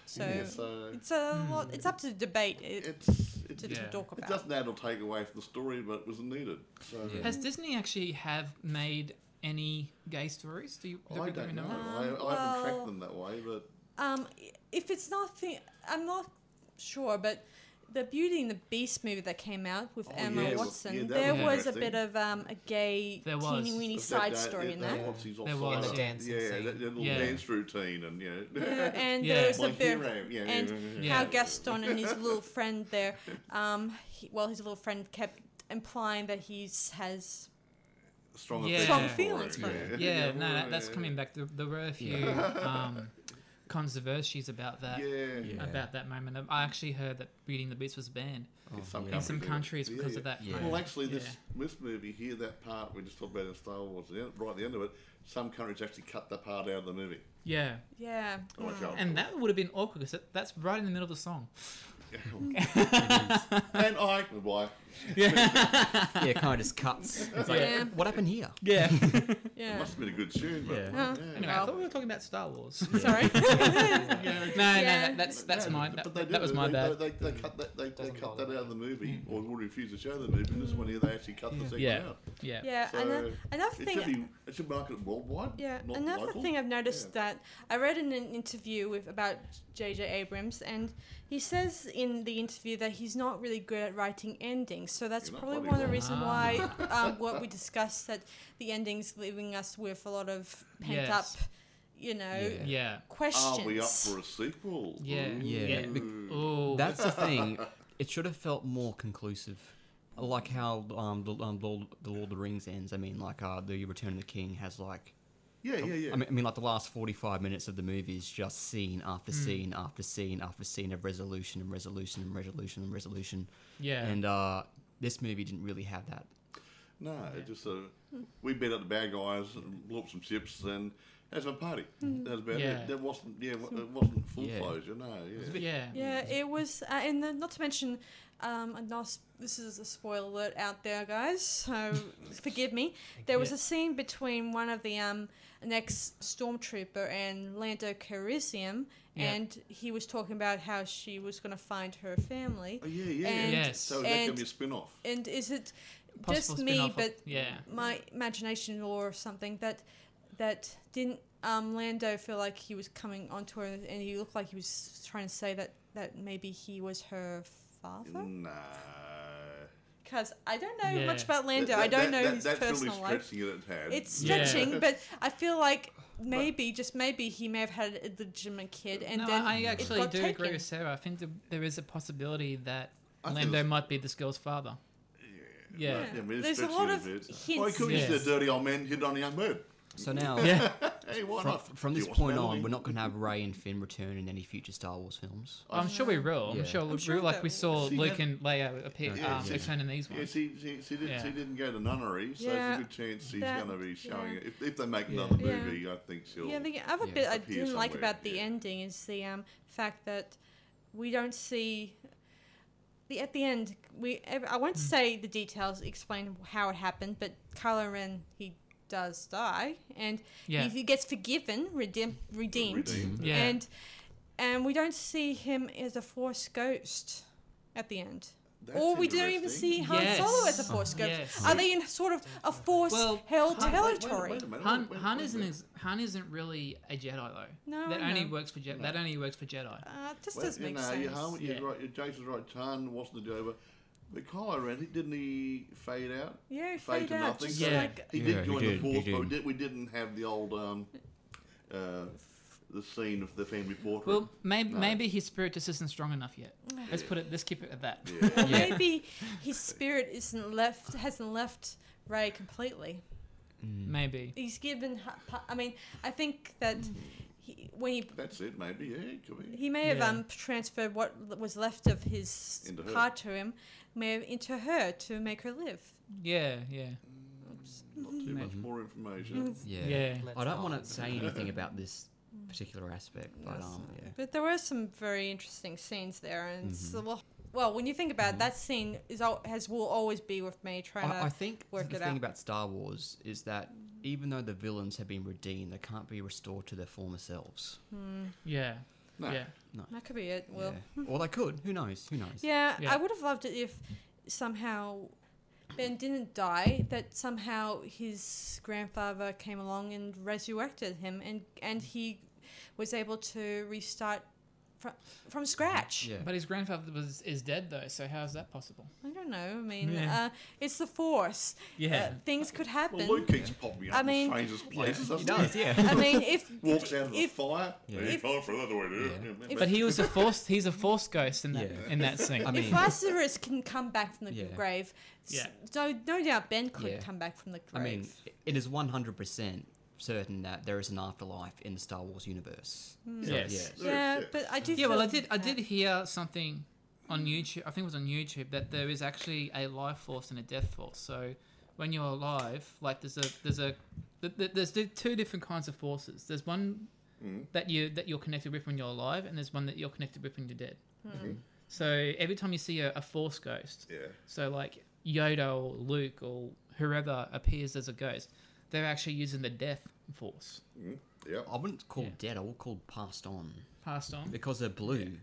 [SPEAKER 1] So
[SPEAKER 2] yeah, so
[SPEAKER 1] it's a lot. It's up to debate it,
[SPEAKER 2] it's it's
[SPEAKER 1] to,
[SPEAKER 2] it
[SPEAKER 1] to
[SPEAKER 4] Yeah.
[SPEAKER 1] talk about.
[SPEAKER 2] doesn't add or take away from the story, but it was needed. So
[SPEAKER 4] Has Disney actually have made any gay stories? Do you? Do
[SPEAKER 2] I
[SPEAKER 4] we- do
[SPEAKER 2] don't
[SPEAKER 4] we
[SPEAKER 2] know. I,
[SPEAKER 1] Um,
[SPEAKER 2] I haven't
[SPEAKER 1] well-
[SPEAKER 2] tracked them that way, but
[SPEAKER 1] Um, if it's not, the, I'm not sure, but the Beauty and the Beast movie that came out with
[SPEAKER 2] Oh,
[SPEAKER 1] Emma
[SPEAKER 2] yeah, well,
[SPEAKER 1] Watson,
[SPEAKER 2] yeah, that
[SPEAKER 1] there
[SPEAKER 4] was
[SPEAKER 1] was a
[SPEAKER 2] interesting.
[SPEAKER 1] bit of um, a gay
[SPEAKER 4] There was.
[SPEAKER 1] teeny weeny
[SPEAKER 2] but
[SPEAKER 1] side
[SPEAKER 2] that-
[SPEAKER 1] story
[SPEAKER 2] yeah,
[SPEAKER 1] in
[SPEAKER 2] that
[SPEAKER 1] that.
[SPEAKER 2] what's his
[SPEAKER 4] There
[SPEAKER 2] also-
[SPEAKER 4] was,
[SPEAKER 2] yeah,
[SPEAKER 4] yeah.
[SPEAKER 5] Dancing
[SPEAKER 2] that,
[SPEAKER 5] scene.
[SPEAKER 2] that little
[SPEAKER 4] Yeah.
[SPEAKER 2] dance routine, and you know, (laughs)
[SPEAKER 1] Yeah, and
[SPEAKER 4] Yeah.
[SPEAKER 1] there was a
[SPEAKER 2] my
[SPEAKER 1] bit. of-
[SPEAKER 2] hero. Yeah,
[SPEAKER 1] and
[SPEAKER 2] yeah, yeah,
[SPEAKER 4] Yeah.
[SPEAKER 1] how
[SPEAKER 2] yeah.
[SPEAKER 1] Gaston and his little friend there, um, he, well, his little friend kept implying that he's has.
[SPEAKER 2] strong,
[SPEAKER 4] Yeah.
[SPEAKER 1] Strong
[SPEAKER 2] affection for
[SPEAKER 1] feelings
[SPEAKER 2] it,
[SPEAKER 1] for
[SPEAKER 4] (laughs) Yeah,
[SPEAKER 1] it.
[SPEAKER 4] no, that, that's
[SPEAKER 2] (laughs) Yeah.
[SPEAKER 4] coming back. There, there were a
[SPEAKER 2] (laughs)
[SPEAKER 4] few um, controversies about that.
[SPEAKER 2] Yeah,
[SPEAKER 3] Yeah.
[SPEAKER 4] About that moment, Um, I actually heard that Beauty and the Beast was banned
[SPEAKER 2] in some
[SPEAKER 4] in some
[SPEAKER 2] Oh, yeah.
[SPEAKER 4] countries
[SPEAKER 2] Yeah,
[SPEAKER 4] because
[SPEAKER 2] yeah.
[SPEAKER 4] of that.
[SPEAKER 3] Yeah.
[SPEAKER 4] moment.
[SPEAKER 2] Well, actually, this
[SPEAKER 4] Yeah.
[SPEAKER 2] this movie here, that part we just talked about in Star Wars, the end- right at the end of it, some countries actually cut that part out of the movie.
[SPEAKER 4] Yeah,
[SPEAKER 1] Yeah.
[SPEAKER 2] Like,
[SPEAKER 1] mm.
[SPEAKER 2] uh,
[SPEAKER 4] Hmm. and that would have been awkward because that's right in the middle of the song.
[SPEAKER 2] and I. Goodbye.
[SPEAKER 4] (laughs) yeah.
[SPEAKER 3] Yeah, kind of just cuts. It's like,
[SPEAKER 1] Yeah.
[SPEAKER 3] what happened here?
[SPEAKER 4] (laughs) yeah.
[SPEAKER 2] It
[SPEAKER 1] Yeah.
[SPEAKER 2] must have been a good tune, but.
[SPEAKER 3] Yeah.
[SPEAKER 1] Huh.
[SPEAKER 2] Yeah.
[SPEAKER 4] Anyway, I
[SPEAKER 1] Well.
[SPEAKER 4] thought we were talking about Star Wars.
[SPEAKER 1] (laughs) Sorry.
[SPEAKER 2] Yeah,
[SPEAKER 4] No, no,
[SPEAKER 1] Yeah.
[SPEAKER 4] that, that's that's
[SPEAKER 2] No,
[SPEAKER 4] my
[SPEAKER 2] but
[SPEAKER 4] that,
[SPEAKER 2] they
[SPEAKER 4] that
[SPEAKER 2] do.
[SPEAKER 4] was my
[SPEAKER 2] they,
[SPEAKER 4] bad.
[SPEAKER 2] They, they, they cut that. They, they
[SPEAKER 5] Doesn't
[SPEAKER 2] cut
[SPEAKER 5] bother
[SPEAKER 2] that
[SPEAKER 5] me.
[SPEAKER 2] out of the movie, or would refuse to show the movie. And this one here, they actually cut the second
[SPEAKER 4] Hmm. Yeah.
[SPEAKER 2] out.
[SPEAKER 4] Yeah.
[SPEAKER 1] yeah.
[SPEAKER 2] So
[SPEAKER 1] and, uh, another
[SPEAKER 2] It should
[SPEAKER 1] thing.
[SPEAKER 2] be. It should market worldwide.
[SPEAKER 1] Yeah,
[SPEAKER 2] not
[SPEAKER 1] another
[SPEAKER 2] local.
[SPEAKER 1] thing I've noticed that I read in an interview with about J.J. Abrams, and he says in the interview that he's not really good at writing endings. So that's
[SPEAKER 2] You're not
[SPEAKER 1] probably
[SPEAKER 2] bloody
[SPEAKER 1] one of the
[SPEAKER 2] wrong.
[SPEAKER 1] reasons why um, what we discussed that the endings leaving us with a lot of pent
[SPEAKER 4] Yes.
[SPEAKER 1] up, you know,
[SPEAKER 3] Yeah.
[SPEAKER 4] Yeah.
[SPEAKER 1] questions.
[SPEAKER 2] Are Ah, we up for a sequel?
[SPEAKER 4] Yeah.
[SPEAKER 3] Yeah.
[SPEAKER 2] Ooh.
[SPEAKER 4] Oh.
[SPEAKER 3] That's
[SPEAKER 2] (laughs)
[SPEAKER 3] the thing. It should have felt more conclusive, like how um, the, um, Lord, the Lord of the Rings ends. I mean, like uh, the Return of the King has like.
[SPEAKER 2] yeah, yeah, yeah.
[SPEAKER 3] I mean, I mean, like the last forty-five minutes of the movie is just scene after
[SPEAKER 4] Mm.
[SPEAKER 3] scene after scene after scene of resolution and resolution and resolution and resolution.
[SPEAKER 4] Yeah.
[SPEAKER 3] And uh, this movie didn't really have that.
[SPEAKER 2] no, it just uh, we beat up the bad guys and blew up some ships and. That's my party.
[SPEAKER 1] Hmm.
[SPEAKER 2] That was about
[SPEAKER 4] Yeah.
[SPEAKER 2] it. That wasn't, yeah, wa- it wasn't full
[SPEAKER 3] Yeah.
[SPEAKER 2] closure. No,
[SPEAKER 4] It's a
[SPEAKER 2] yeah.
[SPEAKER 4] bit- yeah.
[SPEAKER 1] Yeah, it was, uh, and then not to mention, um, and not, this is a spoiler alert out there, guys. So forgive me. There was
[SPEAKER 4] Yeah.
[SPEAKER 1] a scene between one of the um, an ex stormtrooper and Lando Calrissian,
[SPEAKER 4] Yeah.
[SPEAKER 1] and he was talking about how she was going to find her family.
[SPEAKER 2] Oh, yeah, yeah.
[SPEAKER 1] And-
[SPEAKER 4] Yes.
[SPEAKER 2] So that could
[SPEAKER 1] and-
[SPEAKER 2] be a spin off.
[SPEAKER 1] And is it
[SPEAKER 4] Possible
[SPEAKER 1] just me,
[SPEAKER 4] spin-off
[SPEAKER 1] but
[SPEAKER 4] Of, yeah.
[SPEAKER 1] my imagination or something that that didn't um, Lando feel like he was coming onto her, and he looked like he was trying to say that that maybe he was her father.
[SPEAKER 2] Nah.
[SPEAKER 1] because I don't know much
[SPEAKER 4] Yeah.
[SPEAKER 1] about Lando.
[SPEAKER 2] That-
[SPEAKER 1] I don't
[SPEAKER 2] that-
[SPEAKER 1] know
[SPEAKER 2] that-
[SPEAKER 1] his
[SPEAKER 2] that's
[SPEAKER 1] personal
[SPEAKER 2] really
[SPEAKER 1] life.
[SPEAKER 2] stretching it at hand.
[SPEAKER 1] It's
[SPEAKER 4] Yeah.
[SPEAKER 1] stretching,
[SPEAKER 4] (laughs)
[SPEAKER 1] but I feel like maybe, just maybe, he may have had a legitimate kid, and
[SPEAKER 4] no,
[SPEAKER 1] then
[SPEAKER 4] I I
[SPEAKER 1] it
[SPEAKER 4] actually do
[SPEAKER 1] got taken.
[SPEAKER 4] agree with Sarah. I think th- there is a possibility that
[SPEAKER 2] I think
[SPEAKER 4] Lando
[SPEAKER 2] it's-
[SPEAKER 4] might be this girl's father. Yeah.
[SPEAKER 2] Right, I mean, it's
[SPEAKER 1] There's a
[SPEAKER 2] stretching
[SPEAKER 1] lot
[SPEAKER 2] it
[SPEAKER 1] of
[SPEAKER 2] bit.
[SPEAKER 1] hints.
[SPEAKER 2] Well, it could be just
[SPEAKER 4] Yes.
[SPEAKER 2] a dirty old man hit on a young bird.
[SPEAKER 1] (laughs)
[SPEAKER 3] So now,
[SPEAKER 2] (laughs)
[SPEAKER 4] Yeah.
[SPEAKER 2] Hey, why
[SPEAKER 3] from,
[SPEAKER 2] not?
[SPEAKER 3] from
[SPEAKER 2] Do
[SPEAKER 3] this
[SPEAKER 2] you want some
[SPEAKER 3] point on,
[SPEAKER 2] Halloween?
[SPEAKER 3] we're not going
[SPEAKER 1] (laughs)
[SPEAKER 3] to have Ray and Finn return in any future Star Wars films.
[SPEAKER 4] I'm sure we will.
[SPEAKER 3] Yeah.
[SPEAKER 4] I'm sure,
[SPEAKER 1] I'm sure
[SPEAKER 4] we, like
[SPEAKER 1] that
[SPEAKER 4] we saw
[SPEAKER 2] See,
[SPEAKER 4] Luke
[SPEAKER 2] that-
[SPEAKER 4] and Leia appear
[SPEAKER 3] Okay,
[SPEAKER 4] um,
[SPEAKER 2] yeah.
[SPEAKER 4] return in these
[SPEAKER 2] Yeah,
[SPEAKER 4] ones.
[SPEAKER 2] she, she, she, did,
[SPEAKER 4] Yeah.
[SPEAKER 2] she didn't go to nunnery, so
[SPEAKER 1] Yeah,
[SPEAKER 2] there's a good chance she's
[SPEAKER 1] that-
[SPEAKER 2] going to be showing
[SPEAKER 1] yeah.
[SPEAKER 2] it. If, if they make
[SPEAKER 4] Yeah.
[SPEAKER 2] another
[SPEAKER 1] Yeah.
[SPEAKER 2] movie, I think she'll.
[SPEAKER 1] Yeah, the other
[SPEAKER 3] Yeah.
[SPEAKER 1] bit I
[SPEAKER 2] Up here
[SPEAKER 1] didn't like
[SPEAKER 2] somewhere,
[SPEAKER 1] about the
[SPEAKER 2] yeah.
[SPEAKER 1] ending is the um, fact that we don't see the at the end. We ev- I won't
[SPEAKER 4] Mm.
[SPEAKER 1] say the details, explain how it happened, but Kylo Ren he does die, and
[SPEAKER 4] Yeah.
[SPEAKER 1] he, he gets forgiven, redeem, redeemed,
[SPEAKER 2] Redeemed.
[SPEAKER 4] Yeah.
[SPEAKER 1] and and we don't see him as a Force ghost at the end.
[SPEAKER 2] That's
[SPEAKER 1] or we don't even
[SPEAKER 2] interesting.
[SPEAKER 1] see Han Solo as a
[SPEAKER 4] Yes. Oh,
[SPEAKER 1] Force ghost.
[SPEAKER 4] Yes.
[SPEAKER 1] Are they in sort of a Force
[SPEAKER 4] Well,
[SPEAKER 1] held
[SPEAKER 4] Han-
[SPEAKER 2] Wait, wait,
[SPEAKER 1] territory?
[SPEAKER 2] wait a minute,
[SPEAKER 4] Han,
[SPEAKER 2] wait, wait,
[SPEAKER 4] Han
[SPEAKER 2] wait a
[SPEAKER 4] isn't
[SPEAKER 2] minute.
[SPEAKER 4] ex- Han isn't really a Jedi though.
[SPEAKER 1] No,
[SPEAKER 4] that
[SPEAKER 1] I
[SPEAKER 4] only
[SPEAKER 1] know.
[SPEAKER 4] works for Jedi. That only works for Jedi.
[SPEAKER 1] Uh, it just
[SPEAKER 2] Well,
[SPEAKER 1] doesn't
[SPEAKER 2] you
[SPEAKER 1] make
[SPEAKER 2] know,
[SPEAKER 1] sense.
[SPEAKER 2] You're, home- you're
[SPEAKER 4] Yeah.
[SPEAKER 2] right, you're Jason's right. Tan wasn't the Dover. But Kylo Ren, he- didn't he fade out?
[SPEAKER 1] Yeah,
[SPEAKER 2] Fade
[SPEAKER 1] fade,
[SPEAKER 2] to
[SPEAKER 1] out.
[SPEAKER 2] nothing.
[SPEAKER 1] Just
[SPEAKER 4] Yeah.
[SPEAKER 3] (laughs)
[SPEAKER 1] like
[SPEAKER 2] He
[SPEAKER 3] Yeah,
[SPEAKER 2] did
[SPEAKER 3] he
[SPEAKER 2] join
[SPEAKER 3] did,
[SPEAKER 2] the
[SPEAKER 3] he
[SPEAKER 2] force, but we,
[SPEAKER 3] did.
[SPEAKER 2] did, we didn't have the old um, uh, the scene of the family portrait.
[SPEAKER 4] Well, maybe
[SPEAKER 2] No.
[SPEAKER 4] maybe his spirit just isn't strong enough yet. Let's put it. Let's keep it at that.
[SPEAKER 2] yeah. (laughs)
[SPEAKER 1] Or maybe his spirit isn't left, hasn't left Ray completely.
[SPEAKER 3] Mm.
[SPEAKER 4] Maybe.
[SPEAKER 1] He's given. ha- pa- I mean, I think that he, when he
[SPEAKER 2] That's it, maybe. Yeah, it could be.
[SPEAKER 1] he may have
[SPEAKER 4] Yeah.
[SPEAKER 1] um, transferred what l- was left of his
[SPEAKER 2] Into her.
[SPEAKER 1] part to him, may have into her to make her live.
[SPEAKER 4] Yeah. Yeah.
[SPEAKER 2] Not too much
[SPEAKER 3] Mm-hmm.
[SPEAKER 2] more information.
[SPEAKER 4] Yeah.
[SPEAKER 3] I don't
[SPEAKER 5] Let's
[SPEAKER 3] want
[SPEAKER 5] not.
[SPEAKER 4] (laughs)
[SPEAKER 3] to say anything about this particular aspect, but
[SPEAKER 1] Yes.
[SPEAKER 3] um, yeah. Mm-hmm.
[SPEAKER 1] But there were some very interesting scenes there, and it's a lo- well, when you think about it, that scene is al- has will always be with me trying to.
[SPEAKER 3] I, I think
[SPEAKER 1] work
[SPEAKER 3] the
[SPEAKER 1] it
[SPEAKER 3] thing
[SPEAKER 1] out.
[SPEAKER 3] about Star Wars is that even though the villains have been redeemed, they can't be restored to their former selves.
[SPEAKER 4] Yeah.
[SPEAKER 1] Mm-hmm.
[SPEAKER 2] No.
[SPEAKER 4] Yeah.
[SPEAKER 1] that could be it. Well,
[SPEAKER 3] yeah. or they could. Who knows? Who knows?
[SPEAKER 1] Yeah,
[SPEAKER 4] Yeah.
[SPEAKER 1] I would have loved it if somehow Ben didn't die. That somehow his grandfather came along and resurrected him, and and he was able to restart from from scratch.
[SPEAKER 3] Yeah.
[SPEAKER 4] But his grandfather was is dead though. So how is that possible?
[SPEAKER 1] I don't know. I mean,
[SPEAKER 4] Yeah.
[SPEAKER 1] uh, it's the Force. Uh, things could happen.
[SPEAKER 2] Well, Luke keeps popping up
[SPEAKER 1] I
[SPEAKER 2] I mean,
[SPEAKER 1] mean-
[SPEAKER 2] and changes places.
[SPEAKER 3] He
[SPEAKER 2] doesn't
[SPEAKER 4] (laughs)
[SPEAKER 3] does.
[SPEAKER 2] he?
[SPEAKER 3] Yeah.
[SPEAKER 1] I mean, if
[SPEAKER 2] Walks out of the
[SPEAKER 1] if
[SPEAKER 2] fire.
[SPEAKER 3] Yeah.
[SPEAKER 2] Hey,
[SPEAKER 1] if-
[SPEAKER 2] fire for another way, dude.
[SPEAKER 3] Yeah.
[SPEAKER 2] Yeah,
[SPEAKER 1] If-
[SPEAKER 4] But he was a forced. He's a forced ghost in that
[SPEAKER 3] Yeah.
[SPEAKER 4] in that scene.
[SPEAKER 3] I mean,
[SPEAKER 1] if Lazarus can come back from the
[SPEAKER 3] Yeah.
[SPEAKER 1] grave, s-
[SPEAKER 4] Yeah.
[SPEAKER 1] no, no doubt Ben could
[SPEAKER 3] Yeah.
[SPEAKER 1] come back from the grave.
[SPEAKER 3] I mean, it is one hundred percent certain that there is an afterlife in the Star Wars universe. So,
[SPEAKER 4] Yes.
[SPEAKER 2] yeah.
[SPEAKER 1] yeah, but I do.
[SPEAKER 4] Yeah, well, I
[SPEAKER 1] feel
[SPEAKER 4] did. I
[SPEAKER 1] that-
[SPEAKER 4] did hear something on YouTube. I think it was on YouTube that there is actually a life force and a death force. So when you're alive, like there's a there's a th- th- there's di- two different kinds of forces. There's one that you that you're connected with when you're alive, and there's one that you're connected with when you're dead. So every time you see a, a Force ghost,
[SPEAKER 2] Yeah.
[SPEAKER 4] so like Yoda or Luke or whoever appears as a ghost, they're actually using the Death Force
[SPEAKER 2] Yep.
[SPEAKER 3] I wouldn't call
[SPEAKER 4] Yeah.
[SPEAKER 3] dead. I would call passed on
[SPEAKER 4] passed on.
[SPEAKER 3] because they're blue.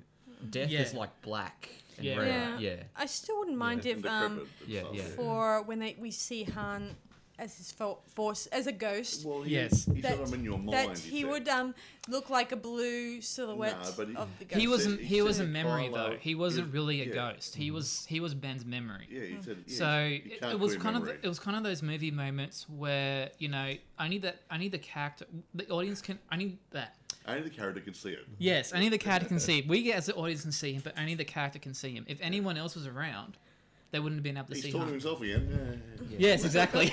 [SPEAKER 3] Death is
[SPEAKER 4] Yeah.
[SPEAKER 3] like black and
[SPEAKER 4] Yeah.
[SPEAKER 3] red.
[SPEAKER 1] Yeah.
[SPEAKER 3] Yeah.
[SPEAKER 1] I still wouldn't mind
[SPEAKER 2] And
[SPEAKER 1] if
[SPEAKER 2] the
[SPEAKER 1] um,
[SPEAKER 2] cryptid and
[SPEAKER 3] yeah,
[SPEAKER 2] stuff,
[SPEAKER 3] yeah.
[SPEAKER 1] for when they, we see Han as his fo- force as a ghost.
[SPEAKER 2] Well,
[SPEAKER 4] Yes.
[SPEAKER 2] He's
[SPEAKER 1] that,
[SPEAKER 2] got them in your mind.
[SPEAKER 1] that he
[SPEAKER 2] said.
[SPEAKER 1] would um, look like a blue silhouette
[SPEAKER 2] Nah, but he-
[SPEAKER 1] of the ghost.
[SPEAKER 4] He wasn't.
[SPEAKER 2] He
[SPEAKER 4] He was a
[SPEAKER 2] said
[SPEAKER 4] memory
[SPEAKER 2] Kylo-
[SPEAKER 4] though. He wasn't
[SPEAKER 2] yeah,
[SPEAKER 4] really a
[SPEAKER 2] yeah. Mm.
[SPEAKER 4] ghost. He was. He was Ben's memory.
[SPEAKER 2] Yeah, he said. Yeah,
[SPEAKER 4] so
[SPEAKER 2] you
[SPEAKER 4] it,
[SPEAKER 2] can't
[SPEAKER 4] it was
[SPEAKER 2] clear
[SPEAKER 4] kind
[SPEAKER 2] memory.
[SPEAKER 4] of it was kind of those movie moments where you know only that only the character the audience can only that
[SPEAKER 2] Only the character could see it.
[SPEAKER 4] yes only the character can see him. we as the audience can see him but only the character can see him if anyone else was around they wouldn't have been able to
[SPEAKER 2] He's
[SPEAKER 4] see
[SPEAKER 2] talking to
[SPEAKER 4] him
[SPEAKER 2] himself again. Yeah, yeah, yeah.
[SPEAKER 4] yes
[SPEAKER 2] (laughs)
[SPEAKER 4] exactly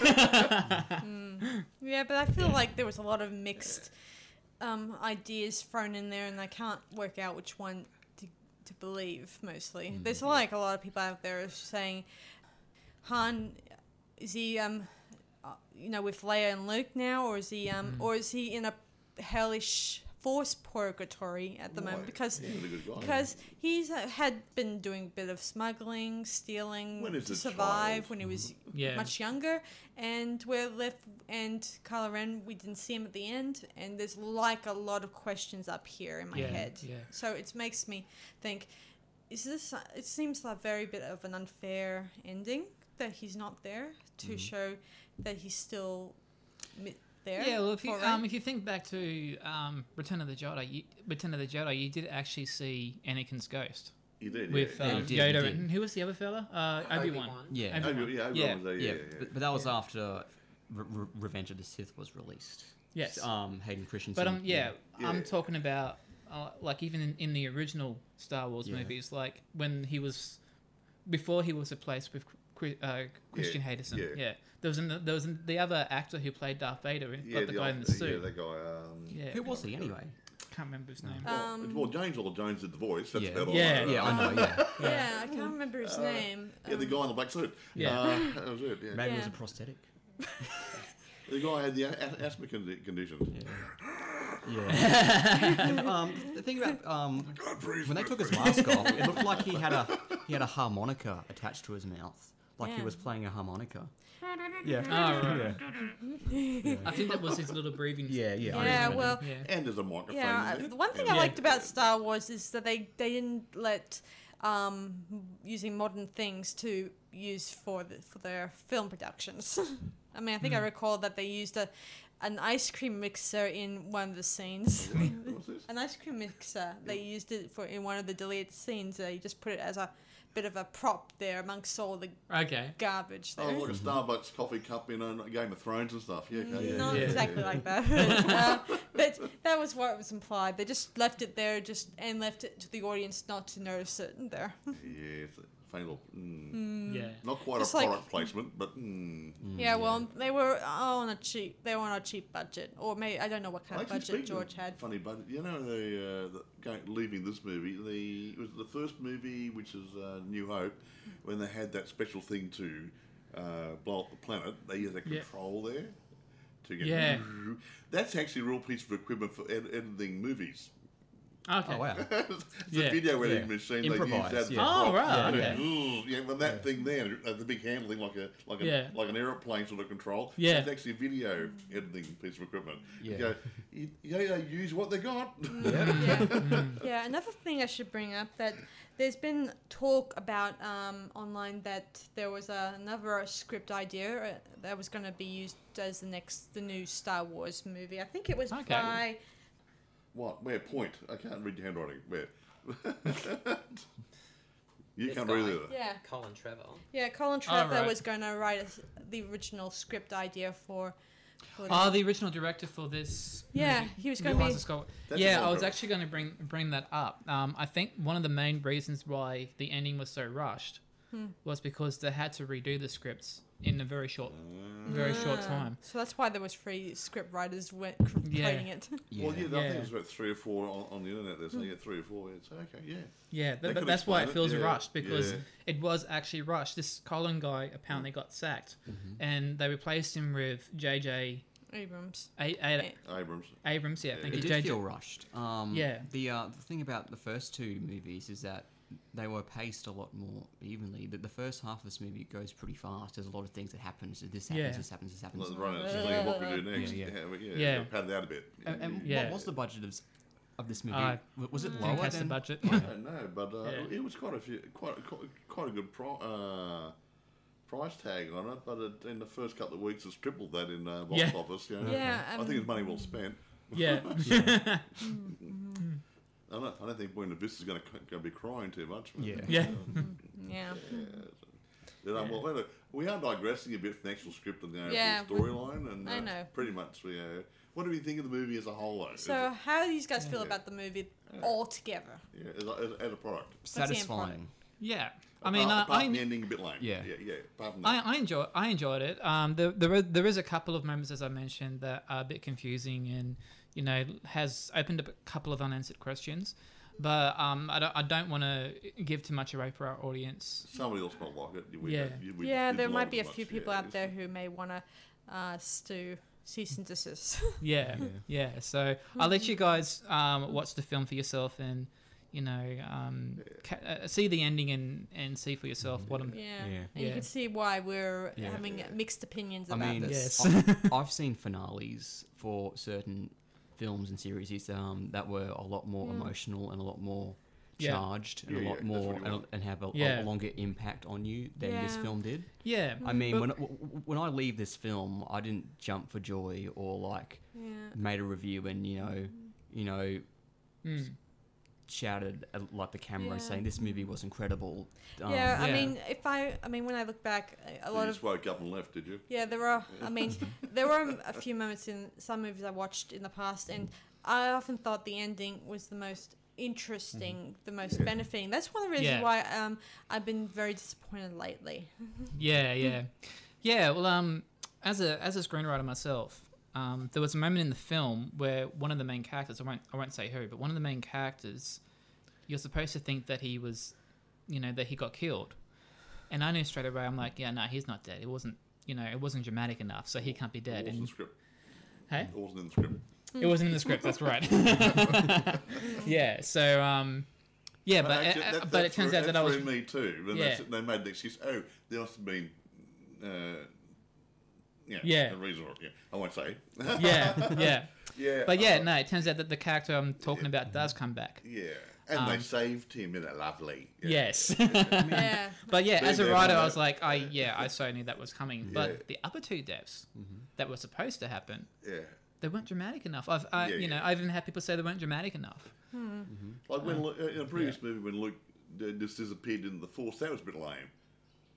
[SPEAKER 4] (laughs)
[SPEAKER 1] Yeah, but I feel like there was a lot of mixed um, ideas thrown in there, and I can't work out which one to, to believe. Mostly,
[SPEAKER 2] Mm-hmm.
[SPEAKER 1] there's like a lot of people out there saying Han is he um, uh, you know with Leia and Luke now, or is he um,
[SPEAKER 2] Mm-hmm.
[SPEAKER 1] or is he in a hellish force purgatory at the moment?
[SPEAKER 2] Why?
[SPEAKER 1] Because
[SPEAKER 2] He's a good guy.
[SPEAKER 1] because he's uh, had been doing a bit of smuggling, stealing
[SPEAKER 2] When as
[SPEAKER 1] to
[SPEAKER 2] a
[SPEAKER 1] survive
[SPEAKER 2] child. Mm-hmm.
[SPEAKER 1] when he was
[SPEAKER 4] Yeah.
[SPEAKER 1] much younger, and we're left and Kylo Ren. We didn't see him at the end, and there's like a lot of questions up here in my
[SPEAKER 4] Yeah,
[SPEAKER 1] head.
[SPEAKER 4] yeah.
[SPEAKER 1] So it makes me think: Is this? It seems like very bit of an unfair ending that he's not there to
[SPEAKER 2] Mm-hmm.
[SPEAKER 1] show that he's still mi- there.
[SPEAKER 4] yeah well if you
[SPEAKER 1] for Ren.
[SPEAKER 4] um, if you think back to um, Return of the Jedi you, Return of the Jedi you did actually see Anakin's ghost
[SPEAKER 2] He did.
[SPEAKER 4] with
[SPEAKER 2] yeah.
[SPEAKER 3] he
[SPEAKER 4] um,
[SPEAKER 3] did, he
[SPEAKER 4] Yoda
[SPEAKER 3] did.
[SPEAKER 4] and who was the other fella uh, Obi Wan
[SPEAKER 5] Obi-Wan.
[SPEAKER 3] Yeah.
[SPEAKER 4] Obi-
[SPEAKER 2] Obi- yeah, Obi-Wan
[SPEAKER 4] Yeah.
[SPEAKER 2] was there,
[SPEAKER 3] yeah,
[SPEAKER 2] yeah, yeah.
[SPEAKER 3] But, but that was after Re- Re- Revenge of the Sith was released.
[SPEAKER 4] Yes.
[SPEAKER 3] Um, Hayden Christensen.
[SPEAKER 4] But um, yeah, I'm
[SPEAKER 2] Yeah.
[SPEAKER 4] talking about uh, like even in, in the original Star Wars
[SPEAKER 3] Yeah.
[SPEAKER 4] movies, like when he was before he was replaced with Chri- uh, Christian
[SPEAKER 2] Yeah,
[SPEAKER 4] Hayderson.
[SPEAKER 2] yeah.
[SPEAKER 4] Yeah. there was an, there was an, the other actor who played Darth Vader, like
[SPEAKER 2] Yeah,
[SPEAKER 4] the, guy in the
[SPEAKER 2] old- Yeah,
[SPEAKER 4] suit.
[SPEAKER 2] that guy. Um,
[SPEAKER 4] Yeah,
[SPEAKER 3] Who was he anyway?
[SPEAKER 4] can't remember his name.
[SPEAKER 2] well,
[SPEAKER 1] Um,
[SPEAKER 2] well, James Earl Jones did the voice. That's
[SPEAKER 3] yeah.
[SPEAKER 2] about all.
[SPEAKER 4] Yeah.
[SPEAKER 2] I know.
[SPEAKER 3] Yeah, I know.
[SPEAKER 1] (laughs)
[SPEAKER 3] Yeah.
[SPEAKER 1] yeah, I can't remember his name.
[SPEAKER 2] Uh, Yeah, the guy in the black suit.
[SPEAKER 4] Yeah.
[SPEAKER 2] Uh, that was it. Yeah.
[SPEAKER 3] Maybe it was a
[SPEAKER 1] Yeah.
[SPEAKER 3] prosthetic.
[SPEAKER 2] The guy had the a- a- asthma condi- condition.
[SPEAKER 3] Yeah.
[SPEAKER 4] (laughs)
[SPEAKER 3] um, the thing about um, when they took his mask off, it looked like he had a he had a harmonica attached to his mouth, like he
[SPEAKER 1] Yeah.
[SPEAKER 3] was playing a harmonica. Yeah.
[SPEAKER 4] Oh, right.
[SPEAKER 3] Yeah.
[SPEAKER 4] I think that was his little breathing.
[SPEAKER 3] Yeah. Yeah. I
[SPEAKER 1] Yeah,
[SPEAKER 3] remember.
[SPEAKER 1] well,
[SPEAKER 4] Yeah.
[SPEAKER 2] And there's a microphone.
[SPEAKER 1] Yeah,
[SPEAKER 2] in
[SPEAKER 1] uh,
[SPEAKER 2] there.
[SPEAKER 1] the one thing I
[SPEAKER 4] Yeah.
[SPEAKER 1] liked about Star Wars is that they, they didn't let um, using modern things to use for the, for their film productions. (laughs) I mean, I think I recall that they used a an ice cream mixer in one of the scenes.
[SPEAKER 2] What's this?
[SPEAKER 1] (laughs) an ice cream mixer. They used it for in one of the deleted scenes. They just put it as a bit of a prop there amongst all the
[SPEAKER 4] Okay.
[SPEAKER 1] garbage there.
[SPEAKER 2] Oh, like a Starbucks coffee cup in a Game of Thrones and stuff. Yeah, okay, yeah.
[SPEAKER 1] Not
[SPEAKER 4] Yeah.
[SPEAKER 1] exactly like that. (laughs) uh, but that was what was implied. They just left it there just and left it to the audience not to notice it in there.
[SPEAKER 2] (laughs) Yeah, it's a funny little. Mm.
[SPEAKER 4] Yeah.
[SPEAKER 2] Not quite
[SPEAKER 1] Just
[SPEAKER 2] a
[SPEAKER 1] like-
[SPEAKER 2] product placement, but mm.
[SPEAKER 1] (laughs) yeah, well, they were on a cheap they were on a cheap budget. Or maybe I don't know what kind of
[SPEAKER 2] Actually,
[SPEAKER 1] budget
[SPEAKER 2] speaking of
[SPEAKER 1] George had.
[SPEAKER 2] Funny budget. You know, the, uh, the going, leaving this movie, the it was the first movie, which is uh, New Hope,
[SPEAKER 1] Mm.
[SPEAKER 2] when they had that special thing to uh, blow up the planet. They used a
[SPEAKER 4] Yeah.
[SPEAKER 2] control there to get.
[SPEAKER 4] Yeah.
[SPEAKER 2] That's actually a real piece of equipment for ed- editing movies.
[SPEAKER 4] Okay.
[SPEAKER 3] Oh wow.
[SPEAKER 2] it's
[SPEAKER 4] Yeah,
[SPEAKER 2] a video editing
[SPEAKER 3] yeah.
[SPEAKER 2] machine.
[SPEAKER 3] Improvise,
[SPEAKER 2] They used that
[SPEAKER 3] yeah.
[SPEAKER 4] Oh,
[SPEAKER 2] prop.
[SPEAKER 4] right,
[SPEAKER 2] And it-
[SPEAKER 4] okay.
[SPEAKER 2] ooh, yeah, well, that thing there, uh, the big handle thing, like a like a
[SPEAKER 4] Yeah.
[SPEAKER 2] like an aeroplane sort of control.
[SPEAKER 4] Yeah.
[SPEAKER 2] it's actually a video editing piece of equipment.
[SPEAKER 3] Yeah.
[SPEAKER 2] you go, you, you know, they use what they got. (laughs)
[SPEAKER 1] yeah. yeah, another thing I should bring up that there's been talk about um, online that there was a, another script idea uh, that was going to be used as the next the new Star Wars movie. I think it was
[SPEAKER 4] Okay.
[SPEAKER 1] by
[SPEAKER 2] What? Where? Point. I can't read your handwriting. Where? (laughs) you
[SPEAKER 5] This
[SPEAKER 2] can't
[SPEAKER 5] guy.
[SPEAKER 2] read either.
[SPEAKER 1] yeah
[SPEAKER 5] Colin Trevor.
[SPEAKER 1] yeah Colin Trevor
[SPEAKER 4] right.
[SPEAKER 1] was going to write us the original script idea for. for
[SPEAKER 4] Oh,
[SPEAKER 1] the-
[SPEAKER 4] the original director for this.
[SPEAKER 1] Yeah,
[SPEAKER 4] movie,
[SPEAKER 1] he was gonna
[SPEAKER 4] Eliza
[SPEAKER 1] be-
[SPEAKER 4] Scott-
[SPEAKER 2] That's
[SPEAKER 4] Yeah,
[SPEAKER 2] another
[SPEAKER 4] I was
[SPEAKER 2] problem.
[SPEAKER 4] actually going to bring bring that up. Um, I think one of the main reasons why the ending was so rushed
[SPEAKER 1] Hmm.
[SPEAKER 4] was because they had to redo the scripts in a very short, very short
[SPEAKER 1] Ah,
[SPEAKER 4] time.
[SPEAKER 1] So that's why there was three script writers went
[SPEAKER 4] Yeah.
[SPEAKER 1] creating it. (laughs)
[SPEAKER 3] Yeah.
[SPEAKER 2] Well, yeah, I
[SPEAKER 4] Yeah.
[SPEAKER 2] think there's about three or four on, on the internet. There's yeah, three or four. It's okay. Yeah.
[SPEAKER 4] Yeah,
[SPEAKER 2] That
[SPEAKER 4] but, but
[SPEAKER 2] could
[SPEAKER 4] that's why it
[SPEAKER 2] explain it,
[SPEAKER 4] feels
[SPEAKER 2] yeah,
[SPEAKER 4] rushed because
[SPEAKER 2] yeah.
[SPEAKER 4] it was actually rushed. This Colin guy apparently got sacked, and they replaced him with JJ
[SPEAKER 1] Abrams.
[SPEAKER 4] A- A-
[SPEAKER 2] Abrams.
[SPEAKER 4] Abrams. Yeah, thank
[SPEAKER 3] It
[SPEAKER 4] you,
[SPEAKER 3] did
[SPEAKER 4] JJ.
[SPEAKER 3] feel rushed. Um,
[SPEAKER 4] Yeah.
[SPEAKER 3] The uh, the thing about the first two movies is that they were paced a lot more evenly. The, the first half of this movie goes pretty fast. There's a lot of things that happens. This happens.
[SPEAKER 4] Yeah.
[SPEAKER 3] This happens. This happens.
[SPEAKER 2] Let's run it. see what we do next.
[SPEAKER 3] Yeah,
[SPEAKER 2] Yeah,
[SPEAKER 3] yeah.
[SPEAKER 2] but yeah,
[SPEAKER 4] Yeah.
[SPEAKER 2] gotta Pad that a bit.
[SPEAKER 3] And, and
[SPEAKER 4] Yeah. Uh,
[SPEAKER 3] what was the budget of, s- of this movie?
[SPEAKER 4] I
[SPEAKER 3] W- was it
[SPEAKER 4] Didn't
[SPEAKER 3] lower
[SPEAKER 4] catch
[SPEAKER 3] than?
[SPEAKER 4] the budget.
[SPEAKER 2] (laughs) I don't know, but uh,
[SPEAKER 4] Yeah.
[SPEAKER 2] it was quite a few, quite quite, quite a good pro, uh, price tag on it. But it, in the first couple of weeks, it's tripled that in uh, box
[SPEAKER 4] Yeah.
[SPEAKER 2] office. You know?
[SPEAKER 1] Yeah,
[SPEAKER 2] I think
[SPEAKER 1] um,
[SPEAKER 2] it's money well spent.
[SPEAKER 4] yeah.
[SPEAKER 2] (laughs) I don't, know, I don't think Buena Vista's going to going to be crying too much.
[SPEAKER 3] Yeah.
[SPEAKER 4] Yeah.
[SPEAKER 2] (laughs)
[SPEAKER 1] Yeah.
[SPEAKER 2] You know, well, wait a- we are digressing a bit from the actual script and the overall
[SPEAKER 1] Yeah, we-
[SPEAKER 2] storyline, and uh,
[SPEAKER 1] I know.
[SPEAKER 2] pretty much we. Uh, what do we think of the movie as a whole? Though? Is
[SPEAKER 1] So,
[SPEAKER 2] it-
[SPEAKER 1] how do these guys feel
[SPEAKER 2] Yeah.
[SPEAKER 1] about the movie altogether?
[SPEAKER 2] yeah, as, a, as, a, as a product.
[SPEAKER 3] Satisfying.
[SPEAKER 4] (laughs) Yeah. I mean,
[SPEAKER 2] apart,
[SPEAKER 4] I,
[SPEAKER 2] apart
[SPEAKER 4] I,
[SPEAKER 2] from the ending a bit lame.
[SPEAKER 3] Yeah.
[SPEAKER 2] yeah, yeah. Apart from that,
[SPEAKER 4] I, I enjoy I enjoyed it. Um, there, there, are, there is a couple of moments as I mentioned that are a bit confusing and you know has opened up a couple of unanswered questions, but um, I don't I don't want to give too much away for our audience.
[SPEAKER 2] somebody else might like it. We,
[SPEAKER 4] Yeah.
[SPEAKER 2] we- we
[SPEAKER 1] yeah,
[SPEAKER 2] didn't
[SPEAKER 1] there
[SPEAKER 2] like
[SPEAKER 1] might
[SPEAKER 2] it
[SPEAKER 1] be a
[SPEAKER 2] much,
[SPEAKER 1] few
[SPEAKER 2] yeah,
[SPEAKER 1] people out
[SPEAKER 2] it's-
[SPEAKER 1] there who may want to uh, stew cease and desist. (laughs)
[SPEAKER 4] Yeah,
[SPEAKER 3] Yeah.
[SPEAKER 4] yeah. So I'll let you guys um, watch the film for yourself and you know um, ca- uh, see the ending and, and see for yourself what I'm.
[SPEAKER 1] yeah.
[SPEAKER 3] Yeah.
[SPEAKER 1] And you
[SPEAKER 4] Yeah.
[SPEAKER 1] can see why we're
[SPEAKER 3] Yeah.
[SPEAKER 1] having mixed opinions
[SPEAKER 3] I
[SPEAKER 1] about
[SPEAKER 3] mean,
[SPEAKER 1] this.
[SPEAKER 4] Yes. (laughs)
[SPEAKER 3] I, I've seen finales for certain films and series um, that were a lot more emotional and a lot more
[SPEAKER 4] Mm. Yeah.
[SPEAKER 3] charged and
[SPEAKER 2] Yeah,
[SPEAKER 3] a
[SPEAKER 2] yeah,
[SPEAKER 3] lot
[SPEAKER 2] that's what
[SPEAKER 3] more
[SPEAKER 2] you
[SPEAKER 3] and,
[SPEAKER 2] want.
[SPEAKER 3] and have a, a
[SPEAKER 4] Yeah.
[SPEAKER 3] longer impact on you than this
[SPEAKER 1] Yeah.
[SPEAKER 3] film did.
[SPEAKER 4] Yeah.
[SPEAKER 3] I mean,
[SPEAKER 4] but-
[SPEAKER 3] when, w- w- when I leave this film, I didn't jump for joy or like
[SPEAKER 1] Yeah.
[SPEAKER 3] made a review and you know, you know,
[SPEAKER 4] Mm.
[SPEAKER 3] shouted at like the camera
[SPEAKER 1] Yeah. saying,
[SPEAKER 3] saying this movie was incredible. Um,
[SPEAKER 1] yeah, I
[SPEAKER 4] Yeah.
[SPEAKER 1] mean, if I, I mean, when I look back, a- a
[SPEAKER 2] You
[SPEAKER 1] lot of
[SPEAKER 2] just woke up and left, did you?
[SPEAKER 1] Yeah, there are. I mean, there were a few moments in some movies I watched in the past, and I often thought the ending was the most interesting, the most benefiting. That's one of the reasons
[SPEAKER 4] Yeah.
[SPEAKER 1] why um, I've been very disappointed lately.
[SPEAKER 4] Yeah, yeah, yeah. Well, um, as a as a screenwriter myself, um, there was a moment in the film where one of the main characters I won't I won't say who, but one of the main characters, you're supposed to think that he was, you know, that he got killed, and I knew straight away. I'm like, yeah, no, he's not dead. It wasn't, you know, it wasn't dramatic enough, so he can't be
[SPEAKER 2] It
[SPEAKER 4] dead.
[SPEAKER 2] wasn't in (laughs)
[SPEAKER 4] And
[SPEAKER 2] the script.
[SPEAKER 4] hey,
[SPEAKER 2] It wasn't in the script.
[SPEAKER 4] it wasn't in the script. That's right. (laughs) yeah. So, um, yeah, but
[SPEAKER 2] actually,
[SPEAKER 4] uh,
[SPEAKER 2] that-
[SPEAKER 4] but
[SPEAKER 2] that
[SPEAKER 4] it turns
[SPEAKER 2] threw-
[SPEAKER 4] out that
[SPEAKER 2] that
[SPEAKER 4] I was
[SPEAKER 2] threw me too. When
[SPEAKER 4] Yeah.
[SPEAKER 2] they, said- they made the excuse, oh, there must have been, uh, yeah,
[SPEAKER 4] Yeah.
[SPEAKER 2] a reason. or- Yeah, I won't say. (laughs)
[SPEAKER 4] yeah, yeah.
[SPEAKER 2] yeah,
[SPEAKER 4] But yeah,
[SPEAKER 2] uh,
[SPEAKER 4] no, it turns out that the character I'm talking about does come back.
[SPEAKER 2] yeah, and they
[SPEAKER 4] Um,
[SPEAKER 2] saved him in a lovely. (laughs)
[SPEAKER 4] Yes.
[SPEAKER 1] yeah,
[SPEAKER 4] but yeah,
[SPEAKER 2] They-
[SPEAKER 4] as a
[SPEAKER 2] they
[SPEAKER 4] writer,
[SPEAKER 2] know
[SPEAKER 4] I was
[SPEAKER 2] that.
[SPEAKER 4] like, I yeah, I so knew that was coming.
[SPEAKER 2] Yeah. Mm-hmm.
[SPEAKER 4] But the other two deaths that were supposed to happen,
[SPEAKER 2] yeah.
[SPEAKER 4] they weren't dramatic enough. I've I,
[SPEAKER 2] Yeah,
[SPEAKER 4] you know
[SPEAKER 2] yeah.
[SPEAKER 4] I even had people say they weren't dramatic enough.
[SPEAKER 2] Like
[SPEAKER 4] Uh,
[SPEAKER 2] when Lu- in a previous movie when Luke d- just disappeared into the force, that was a bit lame.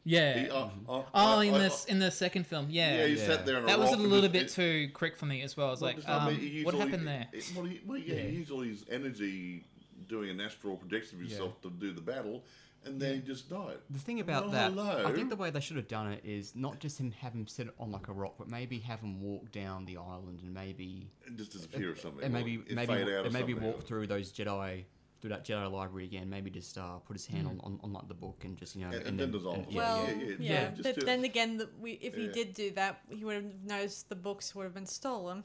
[SPEAKER 4] Yeah.
[SPEAKER 2] He- uh, uh,
[SPEAKER 4] oh,
[SPEAKER 2] I-
[SPEAKER 4] in
[SPEAKER 2] I-
[SPEAKER 4] this in the second film,
[SPEAKER 2] I-
[SPEAKER 4] yeah.
[SPEAKER 2] yeah, he
[SPEAKER 3] yeah.
[SPEAKER 2] sat there on
[SPEAKER 4] That
[SPEAKER 2] a
[SPEAKER 4] was a
[SPEAKER 2] rock and
[SPEAKER 4] little
[SPEAKER 2] just-
[SPEAKER 4] bit
[SPEAKER 2] it-
[SPEAKER 4] too quick for me as well. I was
[SPEAKER 2] well,
[SPEAKER 4] like,
[SPEAKER 2] just, I mean, he
[SPEAKER 4] um,
[SPEAKER 2] used
[SPEAKER 4] what
[SPEAKER 2] all-
[SPEAKER 4] happened
[SPEAKER 2] it-
[SPEAKER 4] there?
[SPEAKER 2] it- well, he, well, yeah, he
[SPEAKER 4] Yeah.
[SPEAKER 2] used all his energy doing an astral projection of
[SPEAKER 3] Yeah.
[SPEAKER 2] himself to do the battle, and then he just died.
[SPEAKER 3] The thing about
[SPEAKER 2] Well,
[SPEAKER 3] that, I
[SPEAKER 2] hello.
[SPEAKER 3] think the way they should have done it is not just him have him sit on like a rock, but maybe have him walk down the island and maybe
[SPEAKER 2] and just disappear or something.
[SPEAKER 3] and
[SPEAKER 2] or
[SPEAKER 3] maybe
[SPEAKER 2] it
[SPEAKER 3] maybe
[SPEAKER 2] fade out or
[SPEAKER 3] and maybe
[SPEAKER 2] something.
[SPEAKER 3] walk through those Jedi through that Jedi library again. Maybe just uh, put his hand on, on on like the book and just you know
[SPEAKER 2] And- and then dissolve it.
[SPEAKER 3] yeah,
[SPEAKER 1] Hmm. Well,
[SPEAKER 3] yeah.
[SPEAKER 1] yeah,
[SPEAKER 2] yeah, yeah, just do
[SPEAKER 1] But
[SPEAKER 2] it.
[SPEAKER 1] then again, the, we, if he
[SPEAKER 2] Yeah.
[SPEAKER 1] did do that, he would have noticed the books would have been stolen.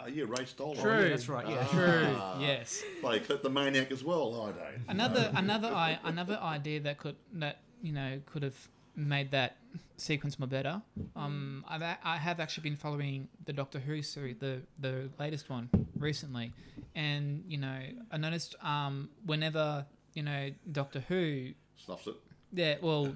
[SPEAKER 2] Oh, yeah, Ray Stoller.
[SPEAKER 4] True.
[SPEAKER 3] that's right, yeah.
[SPEAKER 4] True.
[SPEAKER 2] Ah.
[SPEAKER 4] Yes.
[SPEAKER 2] Like the maniac as well. I don't.
[SPEAKER 4] Another another I another idea that could that you know could have made that sequence more better. Um, I've a- I have actually been following the Doctor Who series, the the latest one recently, and you know I noticed um whenever you know Doctor Who
[SPEAKER 2] Snuffs it.
[SPEAKER 4] yeah well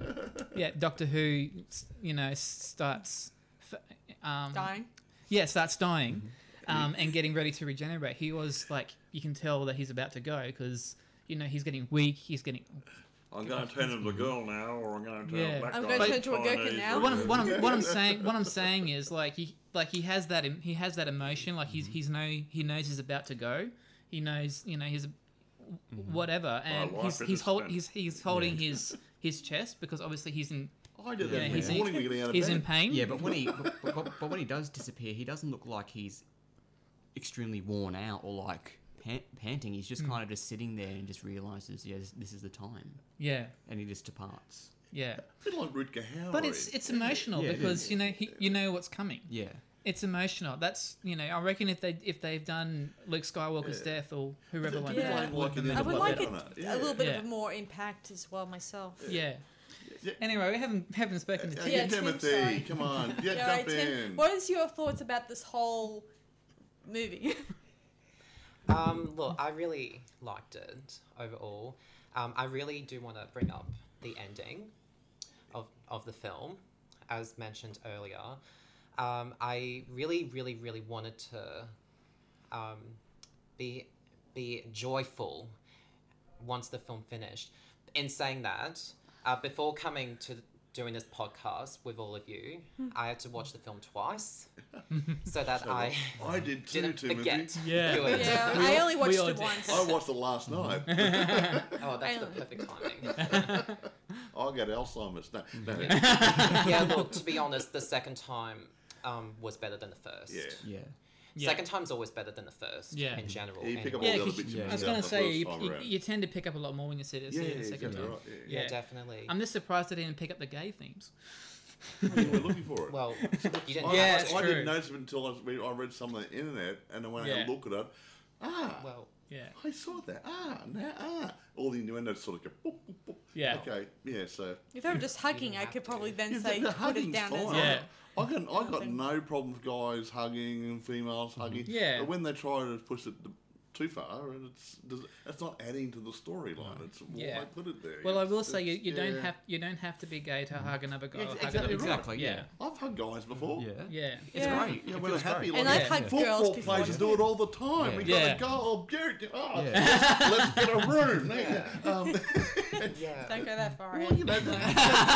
[SPEAKER 4] yeah Doctor Who s- you know s- starts f- um
[SPEAKER 1] Dying.
[SPEAKER 4] yeah starts dying
[SPEAKER 3] Mm-hmm.
[SPEAKER 4] um, and getting ready to regenerate he was like you can tell that he's about to go because you know he's getting weak he's getting
[SPEAKER 2] I'm going to turn into a girl now, or I'm going to turn
[SPEAKER 4] Yeah.
[SPEAKER 2] back
[SPEAKER 1] I'm
[SPEAKER 2] on
[SPEAKER 1] gonna
[SPEAKER 2] a
[SPEAKER 1] turn into a gherkin
[SPEAKER 2] Chinese
[SPEAKER 1] now.
[SPEAKER 2] or-
[SPEAKER 4] what I'm, what I'm, what I'm saying
[SPEAKER 3] (laughs)
[SPEAKER 4] what I'm saying is like he like he has that em- he has that emotion like
[SPEAKER 3] Mm-hmm.
[SPEAKER 4] he's he's no he knows he's about to go he knows you know he's
[SPEAKER 3] Mm-hmm.
[SPEAKER 4] whatever and
[SPEAKER 2] life
[SPEAKER 4] he's
[SPEAKER 2] at
[SPEAKER 4] he's
[SPEAKER 2] this
[SPEAKER 4] hold,
[SPEAKER 2] point.
[SPEAKER 4] he's he's holding his his chest because obviously he's in
[SPEAKER 2] I did
[SPEAKER 4] Yeah,
[SPEAKER 2] that
[SPEAKER 4] he's
[SPEAKER 2] this
[SPEAKER 4] in-
[SPEAKER 2] morning to get out of
[SPEAKER 4] he's in
[SPEAKER 2] bed.
[SPEAKER 4] pain
[SPEAKER 3] Yeah, but when he but, but, but when he does disappear, he doesn't look like he's extremely worn out or like pant- panting. He's just kind of just sitting there and just realizes, yeah, this, this is the time,
[SPEAKER 4] yeah
[SPEAKER 3] and he just departs.
[SPEAKER 4] yeah
[SPEAKER 2] A bit like Rutger Hauer.
[SPEAKER 4] but it's it's emotional
[SPEAKER 3] Yeah, it
[SPEAKER 4] because you know he, you know what's coming
[SPEAKER 3] Yeah,
[SPEAKER 4] It's emotional. That's you know. I reckon if they if they've done Luke Skywalker's
[SPEAKER 2] Yeah.
[SPEAKER 4] death or whoever went
[SPEAKER 1] Yeah.
[SPEAKER 4] yeah.
[SPEAKER 1] Like,
[SPEAKER 2] like,
[SPEAKER 4] yeah.
[SPEAKER 1] I
[SPEAKER 2] Put
[SPEAKER 1] would
[SPEAKER 2] that
[SPEAKER 1] like it
[SPEAKER 2] on it,
[SPEAKER 1] a
[SPEAKER 2] yeah.
[SPEAKER 1] little bit of
[SPEAKER 4] Yeah.
[SPEAKER 1] a more impact as well myself.
[SPEAKER 4] yeah.
[SPEAKER 2] Yeah.
[SPEAKER 4] Anyway, we haven't haven't spoken to
[SPEAKER 2] Yeah,
[SPEAKER 4] Tim.
[SPEAKER 1] Yeah, Tim,
[SPEAKER 2] Timothy,
[SPEAKER 1] sorry.
[SPEAKER 2] come on, yeah,
[SPEAKER 1] Yeah,
[SPEAKER 2] jump
[SPEAKER 1] right, Tim,
[SPEAKER 2] in.
[SPEAKER 1] what is your thoughts about this whole movie?
[SPEAKER 5] Um, look, I really liked it overall. Um, I really do want to bring up the ending of, of the film, as mentioned earlier. Um, I really, really, really wanted to um, be be joyful once the film finished. In saying that, uh, before coming to doing this podcast with all of you,
[SPEAKER 1] Hmm.
[SPEAKER 5] I had to watch the film twice so
[SPEAKER 2] (laughs)
[SPEAKER 5] that
[SPEAKER 2] So
[SPEAKER 5] I
[SPEAKER 2] I did too,
[SPEAKER 5] didn't
[SPEAKER 2] Timothy.
[SPEAKER 5] forget.
[SPEAKER 4] Yeah.
[SPEAKER 5] Good.
[SPEAKER 1] yeah,
[SPEAKER 4] We
[SPEAKER 1] I
[SPEAKER 4] all-
[SPEAKER 1] only
[SPEAKER 4] we
[SPEAKER 1] watched
[SPEAKER 4] all
[SPEAKER 1] it
[SPEAKER 4] did.
[SPEAKER 1] once.
[SPEAKER 2] I watched it
[SPEAKER 4] (laughs)
[SPEAKER 2] last night.
[SPEAKER 5] Oh, that's the
[SPEAKER 1] I-
[SPEAKER 5] perfect timing.
[SPEAKER 2] I got Alzheimer's. No, no, no.
[SPEAKER 4] (laughs)
[SPEAKER 5] yeah, look, to be honest, the second time um, was better than the first.
[SPEAKER 2] Yeah.
[SPEAKER 3] Yeah.
[SPEAKER 4] Yeah.
[SPEAKER 5] Second time's always better than the first
[SPEAKER 4] Yeah.
[SPEAKER 5] in general.
[SPEAKER 2] Yeah, you pick up
[SPEAKER 5] anyway.
[SPEAKER 4] Yeah,
[SPEAKER 2] all the other
[SPEAKER 4] 'cause
[SPEAKER 2] bits
[SPEAKER 3] you-
[SPEAKER 2] and
[SPEAKER 4] I was
[SPEAKER 2] pieces
[SPEAKER 4] gonna
[SPEAKER 2] out the
[SPEAKER 4] say you,
[SPEAKER 2] first time
[SPEAKER 4] you,
[SPEAKER 2] around.
[SPEAKER 4] you tend to pick up a lot more when you see it, see
[SPEAKER 2] yeah,
[SPEAKER 4] it
[SPEAKER 2] yeah,
[SPEAKER 4] the second
[SPEAKER 2] exactly
[SPEAKER 4] time.
[SPEAKER 2] right, yeah.
[SPEAKER 5] yeah,
[SPEAKER 4] Yeah.
[SPEAKER 5] definitely.
[SPEAKER 4] I'm just surprised they didn't pick up the gay themes.
[SPEAKER 2] We were looking for
[SPEAKER 4] (laughs)
[SPEAKER 2] it.
[SPEAKER 5] Well, you didn't.
[SPEAKER 2] I,
[SPEAKER 4] Yeah,
[SPEAKER 2] I,
[SPEAKER 4] it's
[SPEAKER 2] I
[SPEAKER 4] true.
[SPEAKER 2] didn't notice it until I, read, I read some on the internet, and then when I had a
[SPEAKER 4] Yeah.
[SPEAKER 2] look at it, ah,
[SPEAKER 5] Well,
[SPEAKER 4] Yeah.
[SPEAKER 2] I saw that. Ah, now ah, all the innuendo sort of go. Boop, boop, boop.
[SPEAKER 4] Yeah.
[SPEAKER 2] Okay. Yeah. So
[SPEAKER 1] If they were just hugging, I could probably then
[SPEAKER 2] Yeah,
[SPEAKER 1] say
[SPEAKER 2] the
[SPEAKER 1] put it
[SPEAKER 2] hugging's
[SPEAKER 1] down as
[SPEAKER 2] fine.
[SPEAKER 4] Yeah.
[SPEAKER 2] I can, I got
[SPEAKER 1] Nothing.
[SPEAKER 2] no problem with guys hugging and females hugging.
[SPEAKER 4] Mm-hmm. Yeah.
[SPEAKER 2] But when they try to push it th- too far, and it's does, it's not adding to the storyline. It's why
[SPEAKER 4] Yeah.
[SPEAKER 2] put it there.
[SPEAKER 4] Well, I will
[SPEAKER 2] It's-
[SPEAKER 4] say you,
[SPEAKER 2] it's-
[SPEAKER 4] you don't
[SPEAKER 2] yeah.
[SPEAKER 4] have you don't have to be gay to hug another guy.
[SPEAKER 2] Yeah,
[SPEAKER 4] or hug
[SPEAKER 2] exactly
[SPEAKER 4] another-
[SPEAKER 2] right.
[SPEAKER 3] Exactly, yeah.
[SPEAKER 2] I've hugged guys before.
[SPEAKER 3] Yeah.
[SPEAKER 4] Mm-hmm. Yeah.
[SPEAKER 2] (laughs)
[SPEAKER 3] It's
[SPEAKER 1] Yeah.
[SPEAKER 3] great.
[SPEAKER 2] Yeah,
[SPEAKER 3] It
[SPEAKER 2] when they're
[SPEAKER 3] feels
[SPEAKER 2] happy,
[SPEAKER 3] great.
[SPEAKER 1] And
[SPEAKER 2] like
[SPEAKER 1] I've
[SPEAKER 2] that.
[SPEAKER 1] hugged
[SPEAKER 2] football
[SPEAKER 1] girls before.
[SPEAKER 2] players do it all the time. We gotta
[SPEAKER 4] Yeah.
[SPEAKER 2] go. Oh, Garrett, oh,
[SPEAKER 3] Yeah.
[SPEAKER 2] let's, let's get a
[SPEAKER 4] (laughs)
[SPEAKER 2] room. Um, (laughs)
[SPEAKER 5] yeah.
[SPEAKER 1] Don't go that far.
[SPEAKER 2] well,
[SPEAKER 1] eh?
[SPEAKER 2] you know,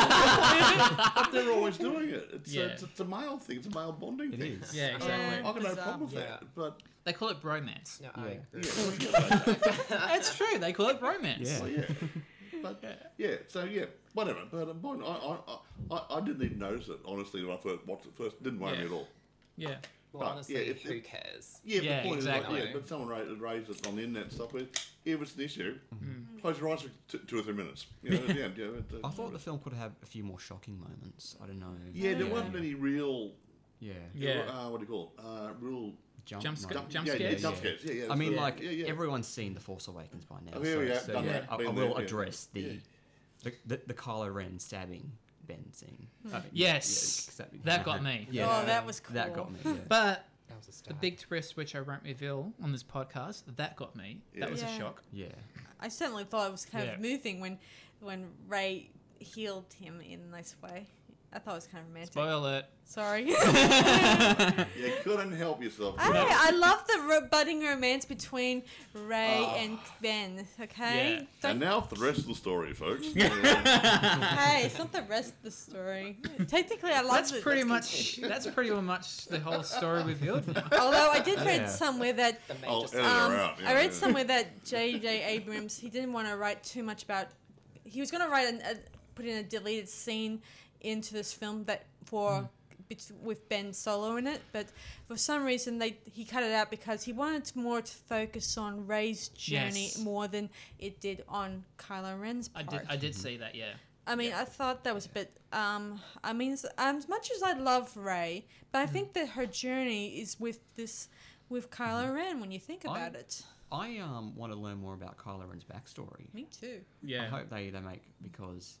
[SPEAKER 2] that- but they're always doing it. It's,
[SPEAKER 4] Yeah.
[SPEAKER 2] a, it's, it's a male thing. It's a male bonding
[SPEAKER 3] It
[SPEAKER 2] thing.
[SPEAKER 3] is.
[SPEAKER 4] Yeah,
[SPEAKER 2] Um,
[SPEAKER 4] exactly.
[SPEAKER 2] I've got no
[SPEAKER 1] Bizarre.
[SPEAKER 2] problem with
[SPEAKER 5] Yeah.
[SPEAKER 2] that. But
[SPEAKER 4] They call it bromance.
[SPEAKER 5] No,
[SPEAKER 3] Yeah.
[SPEAKER 5] I
[SPEAKER 1] (laughs)
[SPEAKER 5] agree.
[SPEAKER 2] yeah,
[SPEAKER 4] That's true. They call it bromance.
[SPEAKER 3] Yeah.
[SPEAKER 2] well, yeah.
[SPEAKER 4] (laughs)
[SPEAKER 2] But yeah, so yeah, whatever. But um, mine- I, I, I, I didn't even notice it honestly when I first watched it first. Didn't worry me
[SPEAKER 4] Yeah.
[SPEAKER 2] at all.
[SPEAKER 4] Yeah.
[SPEAKER 2] But,
[SPEAKER 5] Well, honestly,
[SPEAKER 2] yeah, if-
[SPEAKER 5] who cares?
[SPEAKER 4] Yeah,
[SPEAKER 2] Yeah, but the point
[SPEAKER 4] exactly.
[SPEAKER 2] Is like, yeah, but someone raised, raised it on the internet and stuff. Where, if it's an issue,
[SPEAKER 4] Mm-hmm.
[SPEAKER 2] close your eyes for t- two or three minutes. You know, yeah, yeah, it, uh,
[SPEAKER 3] (laughs) I thought the film could have a few more shocking moments. I don't know.
[SPEAKER 2] yeah, there wasn't any real.
[SPEAKER 3] Yeah.
[SPEAKER 4] Yeah.
[SPEAKER 2] Uh, what do you call it? Uh, real
[SPEAKER 4] Jump scare-
[SPEAKER 3] moments.
[SPEAKER 4] jump
[SPEAKER 2] yeah, Yeah,
[SPEAKER 4] scares?
[SPEAKER 2] jump
[SPEAKER 3] Yeah.
[SPEAKER 2] scares. Yeah, yeah.
[SPEAKER 3] I mean,
[SPEAKER 2] yeah,
[SPEAKER 3] like
[SPEAKER 2] yeah, yeah.
[SPEAKER 3] everyone's seen the Force Awakens by now,
[SPEAKER 2] Oh, yeah,
[SPEAKER 3] so,
[SPEAKER 2] yeah,
[SPEAKER 3] so
[SPEAKER 2] done
[SPEAKER 3] yeah,
[SPEAKER 2] that,
[SPEAKER 3] I, I
[SPEAKER 2] been there,
[SPEAKER 3] will
[SPEAKER 2] yeah.
[SPEAKER 3] address the,
[SPEAKER 2] Yeah.
[SPEAKER 3] the, the the Kylo Ren stabbing Ben scene. I mean, yeah,
[SPEAKER 4] Hmm. Yes.
[SPEAKER 3] yeah, exactly.
[SPEAKER 4] That got me.
[SPEAKER 3] (laughs) Yeah,
[SPEAKER 1] Oh, that was cool.
[SPEAKER 3] that got me. Yeah.
[SPEAKER 4] But
[SPEAKER 5] That was a
[SPEAKER 4] the
[SPEAKER 5] stab.
[SPEAKER 4] big twist, which I won't reveal on this podcast, that got me.
[SPEAKER 2] Yeah.
[SPEAKER 4] That was
[SPEAKER 1] Yeah.
[SPEAKER 4] a shock.
[SPEAKER 3] yeah.
[SPEAKER 1] I certainly thought it was kind
[SPEAKER 4] Yeah.
[SPEAKER 1] of moving when when Ray healed him in this way. I thought it was kind of romantic. (laughs)
[SPEAKER 4] Spoiler alert. (laughs)
[SPEAKER 1] Sorry.
[SPEAKER 2] you couldn't help yourself.
[SPEAKER 1] I, I love the ro- budding romance between Ray
[SPEAKER 3] Ah.
[SPEAKER 1] and Ben. Okay,
[SPEAKER 4] Yeah.
[SPEAKER 2] and
[SPEAKER 1] Don't-
[SPEAKER 2] now for the rest of the story, folks.
[SPEAKER 4] (laughs)
[SPEAKER 3] (laughs)
[SPEAKER 2] Yeah.
[SPEAKER 1] (laughs) hey, it's not the rest of the story. Technically, I love
[SPEAKER 4] That's
[SPEAKER 1] it.
[SPEAKER 4] pretty much that's pretty much the whole story
[SPEAKER 1] (laughs)
[SPEAKER 4] revealed now.
[SPEAKER 1] Although I
[SPEAKER 4] (laughs)
[SPEAKER 1] did read
[SPEAKER 3] Yeah.
[SPEAKER 1] somewhere that
[SPEAKER 5] The major
[SPEAKER 2] I'll edit
[SPEAKER 5] stab.
[SPEAKER 1] Um,
[SPEAKER 2] her out. Yeah,
[SPEAKER 1] I read
[SPEAKER 2] yeah.
[SPEAKER 1] somewhere that J.J. Abrams he didn't want to write too much about. He was going to write an, a put in a deleted scene into this film that
[SPEAKER 2] Hmm.
[SPEAKER 1] for bet with Ben Solo in it, but for some reason they he cut it out because he wanted to more to focus on Ray's journey
[SPEAKER 4] Yes.
[SPEAKER 1] more than it did on Kylo Ren's
[SPEAKER 4] I
[SPEAKER 1] part.
[SPEAKER 4] did I did see that, yeah.
[SPEAKER 1] I mean,
[SPEAKER 4] Yeah.
[SPEAKER 1] I thought that was a bit. Um, I mean, s- as much as I love Ray, but
[SPEAKER 4] Hmm.
[SPEAKER 1] I think that her journey is with this, with
[SPEAKER 4] Hmm.
[SPEAKER 1] Kylo Ren. When you think
[SPEAKER 3] I-
[SPEAKER 1] about it,
[SPEAKER 3] I um want to learn more about Kylo Ren's backstory.
[SPEAKER 1] me too.
[SPEAKER 3] I
[SPEAKER 4] Yeah.
[SPEAKER 3] hope they they make because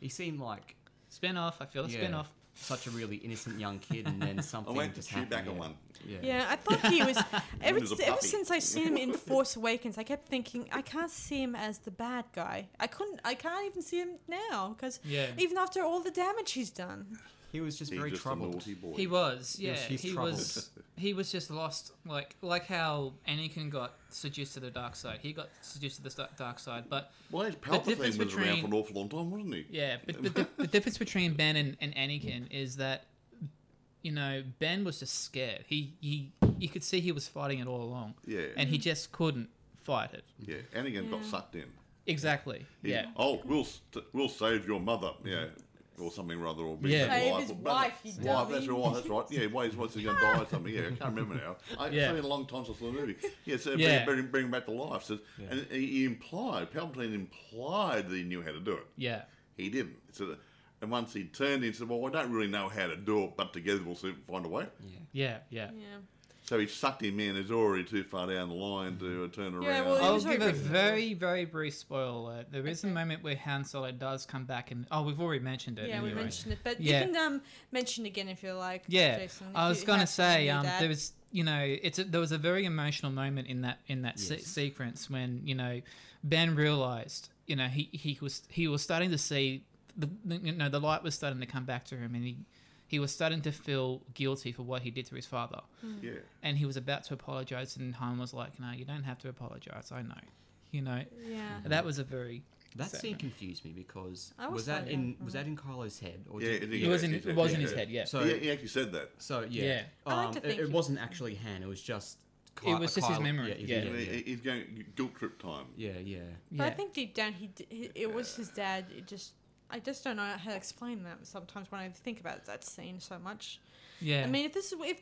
[SPEAKER 3] he seemed like
[SPEAKER 4] Spin off, I feel a
[SPEAKER 3] Yeah.
[SPEAKER 4] spin off.
[SPEAKER 3] such a really innocent young kid, and
[SPEAKER 2] (laughs)
[SPEAKER 3] then
[SPEAKER 2] I
[SPEAKER 3] something
[SPEAKER 2] went to
[SPEAKER 3] just
[SPEAKER 2] shoot
[SPEAKER 3] happened.
[SPEAKER 2] back on
[SPEAKER 3] yeah.
[SPEAKER 2] one.
[SPEAKER 3] Yeah.
[SPEAKER 1] Yeah, I thought he
[SPEAKER 2] (laughs)
[SPEAKER 1] was. ever,
[SPEAKER 2] was a
[SPEAKER 1] ever
[SPEAKER 2] puppy.
[SPEAKER 1] since I seen
[SPEAKER 2] (laughs)
[SPEAKER 1] him in Force Awakens, I kept thinking I can't see him as the bad guy. I couldn't. I can't even see him now because
[SPEAKER 4] Yeah.
[SPEAKER 1] even after all the damage he's done.
[SPEAKER 3] He was just
[SPEAKER 2] He's
[SPEAKER 3] very
[SPEAKER 2] just a
[SPEAKER 3] troubled.
[SPEAKER 2] naughty boy.
[SPEAKER 4] He was, yeah.
[SPEAKER 3] was- he's
[SPEAKER 4] he
[SPEAKER 3] troubled.
[SPEAKER 4] was he was just lost like like how Anakin got seduced to the dark side. He got seduced to the sta- dark side, but
[SPEAKER 2] Well, his
[SPEAKER 4] difference
[SPEAKER 2] Palpatine was around
[SPEAKER 4] between-
[SPEAKER 2] for an awful long time, wasn't he?
[SPEAKER 4] Yeah, but the, the, the difference between Ben and, and Anakin is that, you know, Ben was just scared. He he you could see he was fighting it all along,
[SPEAKER 2] Yeah.
[SPEAKER 4] and he just couldn't fight it.
[SPEAKER 2] Yeah, Anakin got
[SPEAKER 1] Yeah.
[SPEAKER 2] sucked in.
[SPEAKER 4] Exactly.
[SPEAKER 2] He-
[SPEAKER 4] Yeah.
[SPEAKER 2] Oh, we'll st- we'll save your mother. Yeah. Or something rather, or be
[SPEAKER 4] Yeah.
[SPEAKER 2] his
[SPEAKER 1] Save
[SPEAKER 2] wife,
[SPEAKER 1] his
[SPEAKER 2] or brother.
[SPEAKER 1] wife, you
[SPEAKER 2] Wife, that's
[SPEAKER 1] dummy.
[SPEAKER 2] right. That's right. Yeah, why he's what's he going to die or something? Yeah, I can't
[SPEAKER 4] (laughs)
[SPEAKER 2] remember now. I,
[SPEAKER 4] Yeah.
[SPEAKER 2] It's been a long time since I saw the movie. Yeah, so
[SPEAKER 4] Yeah.
[SPEAKER 2] Bring, bring, bring him back to life. So, And he implied, Palpatine implied that he knew how to do it.
[SPEAKER 4] Yeah.
[SPEAKER 2] He didn't. So, And once he turned, he said, "Well, I don't really know how to do it, but together we'll see, find a way."
[SPEAKER 3] Yeah.
[SPEAKER 4] Yeah, yeah.
[SPEAKER 1] Yeah.
[SPEAKER 2] So he sucked him in. He's already too far down the line to uh, turn around.
[SPEAKER 1] Yeah, well,
[SPEAKER 4] I'll
[SPEAKER 1] was
[SPEAKER 4] give
[SPEAKER 1] very
[SPEAKER 4] a
[SPEAKER 1] brief.
[SPEAKER 4] very, very brief spoiler alert. There is
[SPEAKER 1] Okay.
[SPEAKER 4] a moment where Han Solo does come back and oh, we've already mentioned it.
[SPEAKER 1] Yeah,
[SPEAKER 4] anyway.
[SPEAKER 1] we mentioned it, but
[SPEAKER 4] Yeah.
[SPEAKER 1] you can um, mention again if you like.
[SPEAKER 4] Yeah,
[SPEAKER 1] Jason, if
[SPEAKER 4] I
[SPEAKER 1] you
[SPEAKER 4] was gonna
[SPEAKER 1] have
[SPEAKER 4] say
[SPEAKER 1] new
[SPEAKER 4] um,
[SPEAKER 1] dad.
[SPEAKER 4] there was you know it's a, there was a very emotional moment in that in that se-
[SPEAKER 3] Yes.
[SPEAKER 4] sequence when you know Ben realized you know he, he was he was starting to see the the- you know the light was starting to come back to him and he he was starting to feel guilty for what he did to his father
[SPEAKER 2] yeah.
[SPEAKER 4] and he was about to apologize and Han was like no you don't have to apologize I know you know
[SPEAKER 1] yeah.
[SPEAKER 4] that was a very
[SPEAKER 3] That
[SPEAKER 4] So-
[SPEAKER 3] scene confused me because
[SPEAKER 1] I was
[SPEAKER 3] was that
[SPEAKER 1] like,
[SPEAKER 3] in
[SPEAKER 4] Mm-hmm.
[SPEAKER 1] yeah,
[SPEAKER 3] was that in Carlo's head or
[SPEAKER 2] Yeah,
[SPEAKER 3] did-
[SPEAKER 2] it
[SPEAKER 4] it
[SPEAKER 2] Yeah,
[SPEAKER 4] was in
[SPEAKER 2] it's
[SPEAKER 4] it was
[SPEAKER 2] a-
[SPEAKER 4] in his
[SPEAKER 2] yeah.
[SPEAKER 4] head yeah
[SPEAKER 3] So
[SPEAKER 2] he, he actually said that.
[SPEAKER 3] so yeah,
[SPEAKER 4] Yeah.
[SPEAKER 1] I like
[SPEAKER 3] Um,
[SPEAKER 1] to
[SPEAKER 3] it,
[SPEAKER 1] think
[SPEAKER 3] it
[SPEAKER 1] he-
[SPEAKER 3] wasn't actually Han. It was just Ky-
[SPEAKER 4] It was just his
[SPEAKER 3] Kylo-
[SPEAKER 4] memory,
[SPEAKER 3] Yeah,
[SPEAKER 2] You
[SPEAKER 3] yeah,
[SPEAKER 2] know,
[SPEAKER 3] yeah.
[SPEAKER 2] he- He's going guilt trip time.
[SPEAKER 3] yeah, yeah.
[SPEAKER 1] But I
[SPEAKER 4] Yeah.
[SPEAKER 1] think deep down, he, d- he it was his dad. It just I just don't know how to explain that. Sometimes when I think about that scene so much,
[SPEAKER 4] yeah
[SPEAKER 1] I mean, if this is if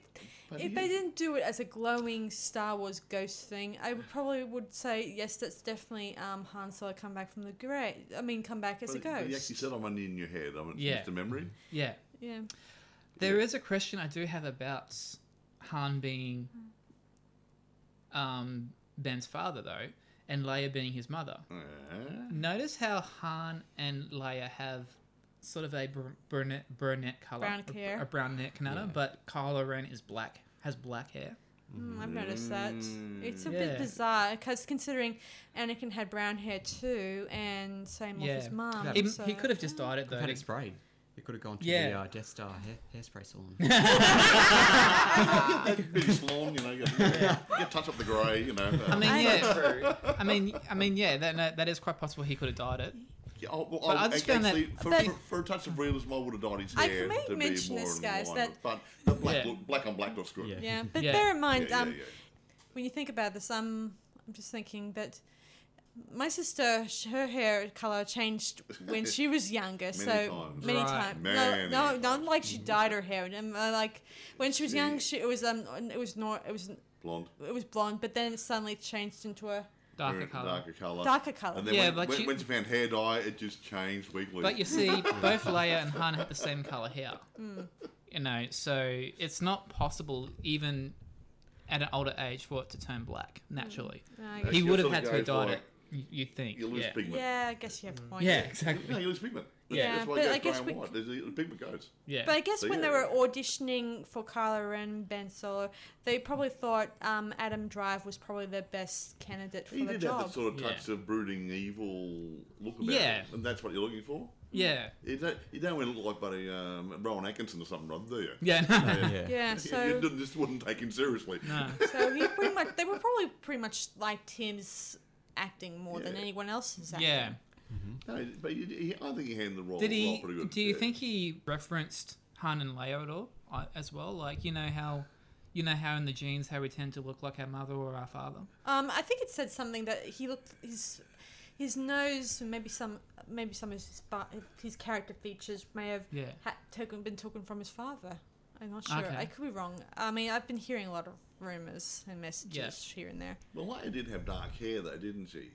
[SPEAKER 2] But
[SPEAKER 1] if
[SPEAKER 2] he-
[SPEAKER 1] they didn't do it as a glowing Star Wars ghost thing, I would probably would say yes, that's definitely um, Han Solo come back from the grave. I mean, come back as a
[SPEAKER 2] but He
[SPEAKER 1] ghost.
[SPEAKER 2] actually said, "I'm only in your head. I'm
[SPEAKER 4] Yeah.
[SPEAKER 2] just a memory."
[SPEAKER 4] yeah
[SPEAKER 1] yeah,
[SPEAKER 4] There is a question I do have about Han being
[SPEAKER 1] Hmm.
[SPEAKER 4] um, Ben's father, though, and Leia being his mother. Mm-hmm.
[SPEAKER 2] Uh,
[SPEAKER 4] Notice how Han and Leia have sort of a br- brunette, brunette color,
[SPEAKER 1] Brown
[SPEAKER 4] a-
[SPEAKER 1] hair.
[SPEAKER 4] a brown neck color,
[SPEAKER 3] Yeah.
[SPEAKER 4] but Kylo Ren is black, has black hair.
[SPEAKER 1] Mm, I've noticed that.
[SPEAKER 2] Mm.
[SPEAKER 1] It's a
[SPEAKER 4] Yeah.
[SPEAKER 1] bit bizarre because considering Anakin had brown hair too, and same with
[SPEAKER 4] Yeah.
[SPEAKER 1] his mum.
[SPEAKER 3] Yeah.
[SPEAKER 4] He,
[SPEAKER 1] so-
[SPEAKER 4] he could have just dyed it though.
[SPEAKER 3] Could have had it sprayed. It could have gone to the
[SPEAKER 4] Yeah.
[SPEAKER 3] uh, Death Star hair,
[SPEAKER 4] (laughs)
[SPEAKER 3] hairspray salon.
[SPEAKER 2] Bit slawn, you know. You get, you get touch up the grey, you know.
[SPEAKER 4] I mean,
[SPEAKER 1] I-
[SPEAKER 4] yeah. (laughs) I mean, I mean, yeah. That no, that is quite possible. He could have dyed it.
[SPEAKER 2] Yeah, oh, well,
[SPEAKER 4] But
[SPEAKER 2] I,
[SPEAKER 4] I just found that-
[SPEAKER 2] actually, for,
[SPEAKER 1] but-
[SPEAKER 2] for, for a touch of realism, I would have dyed his
[SPEAKER 1] I
[SPEAKER 2] hair
[SPEAKER 1] may
[SPEAKER 2] to be
[SPEAKER 1] mention
[SPEAKER 2] more
[SPEAKER 1] this,
[SPEAKER 2] in
[SPEAKER 1] guys,
[SPEAKER 2] line
[SPEAKER 1] that-
[SPEAKER 2] with- but the black,
[SPEAKER 4] Yeah.
[SPEAKER 2] look, black on black looks good.
[SPEAKER 3] Yeah.
[SPEAKER 4] (laughs)
[SPEAKER 1] yeah, but
[SPEAKER 4] Yeah.
[SPEAKER 1] bear in
[SPEAKER 2] Yeah,
[SPEAKER 1] mind,
[SPEAKER 2] yeah,
[SPEAKER 1] um,
[SPEAKER 2] yeah.
[SPEAKER 1] when you think about this, um, I'm just thinking that my sister, sh- her hair color
[SPEAKER 2] (laughs)
[SPEAKER 1] changed when she was younger.
[SPEAKER 2] Many
[SPEAKER 1] so
[SPEAKER 2] times.
[SPEAKER 1] many
[SPEAKER 4] Right.
[SPEAKER 1] times,
[SPEAKER 2] Many
[SPEAKER 1] no, no, not
[SPEAKER 2] times.
[SPEAKER 1] like she dyed her hair. And um, uh, like when she was young,
[SPEAKER 2] Yeah.
[SPEAKER 1] she it was um, it was nor it was
[SPEAKER 2] Blonde.
[SPEAKER 1] it was blonde, but then it suddenly changed into a
[SPEAKER 4] Darker
[SPEAKER 2] very
[SPEAKER 4] color.
[SPEAKER 2] Darker colour.
[SPEAKER 1] darker color.
[SPEAKER 2] And then
[SPEAKER 4] Yeah,
[SPEAKER 2] when,
[SPEAKER 4] but
[SPEAKER 2] when,
[SPEAKER 4] you-
[SPEAKER 2] when she found hair dye, it just changed weekly.
[SPEAKER 4] But you
[SPEAKER 2] (laughs)
[SPEAKER 4] see, both Leia and Han had the same color hair. You know, so it's not possible even at an older age for it to turn black naturally.
[SPEAKER 1] Yeah, I
[SPEAKER 2] That's
[SPEAKER 1] guess-
[SPEAKER 4] He
[SPEAKER 2] your
[SPEAKER 4] would have
[SPEAKER 2] sort of
[SPEAKER 4] had to have
[SPEAKER 2] goes
[SPEAKER 4] dyed
[SPEAKER 2] like-
[SPEAKER 4] it. You you'd think?
[SPEAKER 2] you lose
[SPEAKER 4] yeah.
[SPEAKER 2] pigment.
[SPEAKER 1] yeah, I guess you have a point.
[SPEAKER 4] yeah, exactly.
[SPEAKER 2] No, you lose pigment. That's,
[SPEAKER 4] Yeah.
[SPEAKER 2] that's why
[SPEAKER 1] But
[SPEAKER 2] it
[SPEAKER 1] I
[SPEAKER 2] goes
[SPEAKER 1] guess
[SPEAKER 2] grey and
[SPEAKER 1] we-
[SPEAKER 2] white. There's- The pigment goes.
[SPEAKER 4] (laughs) Yeah,
[SPEAKER 1] But I guess
[SPEAKER 2] So,
[SPEAKER 1] when they
[SPEAKER 2] yeah.
[SPEAKER 1] were auditioning for Kylo Ren and Ben Solo, they probably thought um, Adam Drive was probably the best candidate for
[SPEAKER 2] He
[SPEAKER 1] the
[SPEAKER 2] did have
[SPEAKER 1] job.
[SPEAKER 2] that sort of
[SPEAKER 4] Yeah.
[SPEAKER 2] touch of brooding evil look about
[SPEAKER 4] Yeah.
[SPEAKER 2] him, and that's what you're looking for.
[SPEAKER 4] yeah,
[SPEAKER 2] You don't, you don't want to look like buddy um, Rowan Atkinson or something, Rob, do you? (laughs)
[SPEAKER 4] yeah.
[SPEAKER 3] yeah.
[SPEAKER 4] No,
[SPEAKER 1] yeah,
[SPEAKER 2] you (laughs)
[SPEAKER 1] so
[SPEAKER 2] didn't- just wouldn't take him seriously.
[SPEAKER 4] no.
[SPEAKER 1] so he pretty much they were probably pretty much like Tim's acting more than
[SPEAKER 2] Yeah.
[SPEAKER 1] anyone else's acting.
[SPEAKER 4] yeah.
[SPEAKER 2] (laughs) No, but he, he, I think he handled the role,
[SPEAKER 4] Did
[SPEAKER 2] role
[SPEAKER 4] he?
[SPEAKER 2] pretty good.
[SPEAKER 4] Do you
[SPEAKER 2] yeah.
[SPEAKER 4] think he referenced Han and Leia at all uh, as well? Like you know how, you know how in the genes how we tend to look like our mother or our father.
[SPEAKER 1] Um, I think it said something that he looked his his nose and maybe some maybe some of his bu- his character features may have
[SPEAKER 4] Yeah.
[SPEAKER 1] ha- taken been taken from his father. I'm not sure.
[SPEAKER 4] Okay.
[SPEAKER 1] I could be wrong. I mean, I've been hearing a lot of rumors and messages here and there.
[SPEAKER 2] Well, Leia did have dark hair though, didn't she?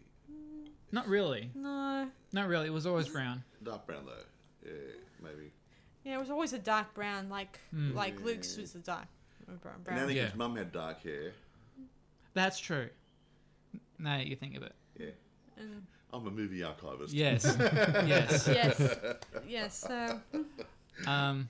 [SPEAKER 4] Not really.
[SPEAKER 1] No.
[SPEAKER 4] Not really. It was always brown.
[SPEAKER 2] Dark brown though. Yeah, maybe.
[SPEAKER 1] Yeah, it was always a dark brown, like
[SPEAKER 4] Mm.
[SPEAKER 1] like Luke's was a dark brown.
[SPEAKER 2] And
[SPEAKER 1] brown.
[SPEAKER 2] Anakin's
[SPEAKER 4] Yeah.
[SPEAKER 2] mum had dark hair.
[SPEAKER 4] That's true. Now that you think of it.
[SPEAKER 2] Yeah.
[SPEAKER 1] And
[SPEAKER 2] I'm a movie archivist.
[SPEAKER 4] Yes. yes.
[SPEAKER 1] yes, yes. So
[SPEAKER 4] Um,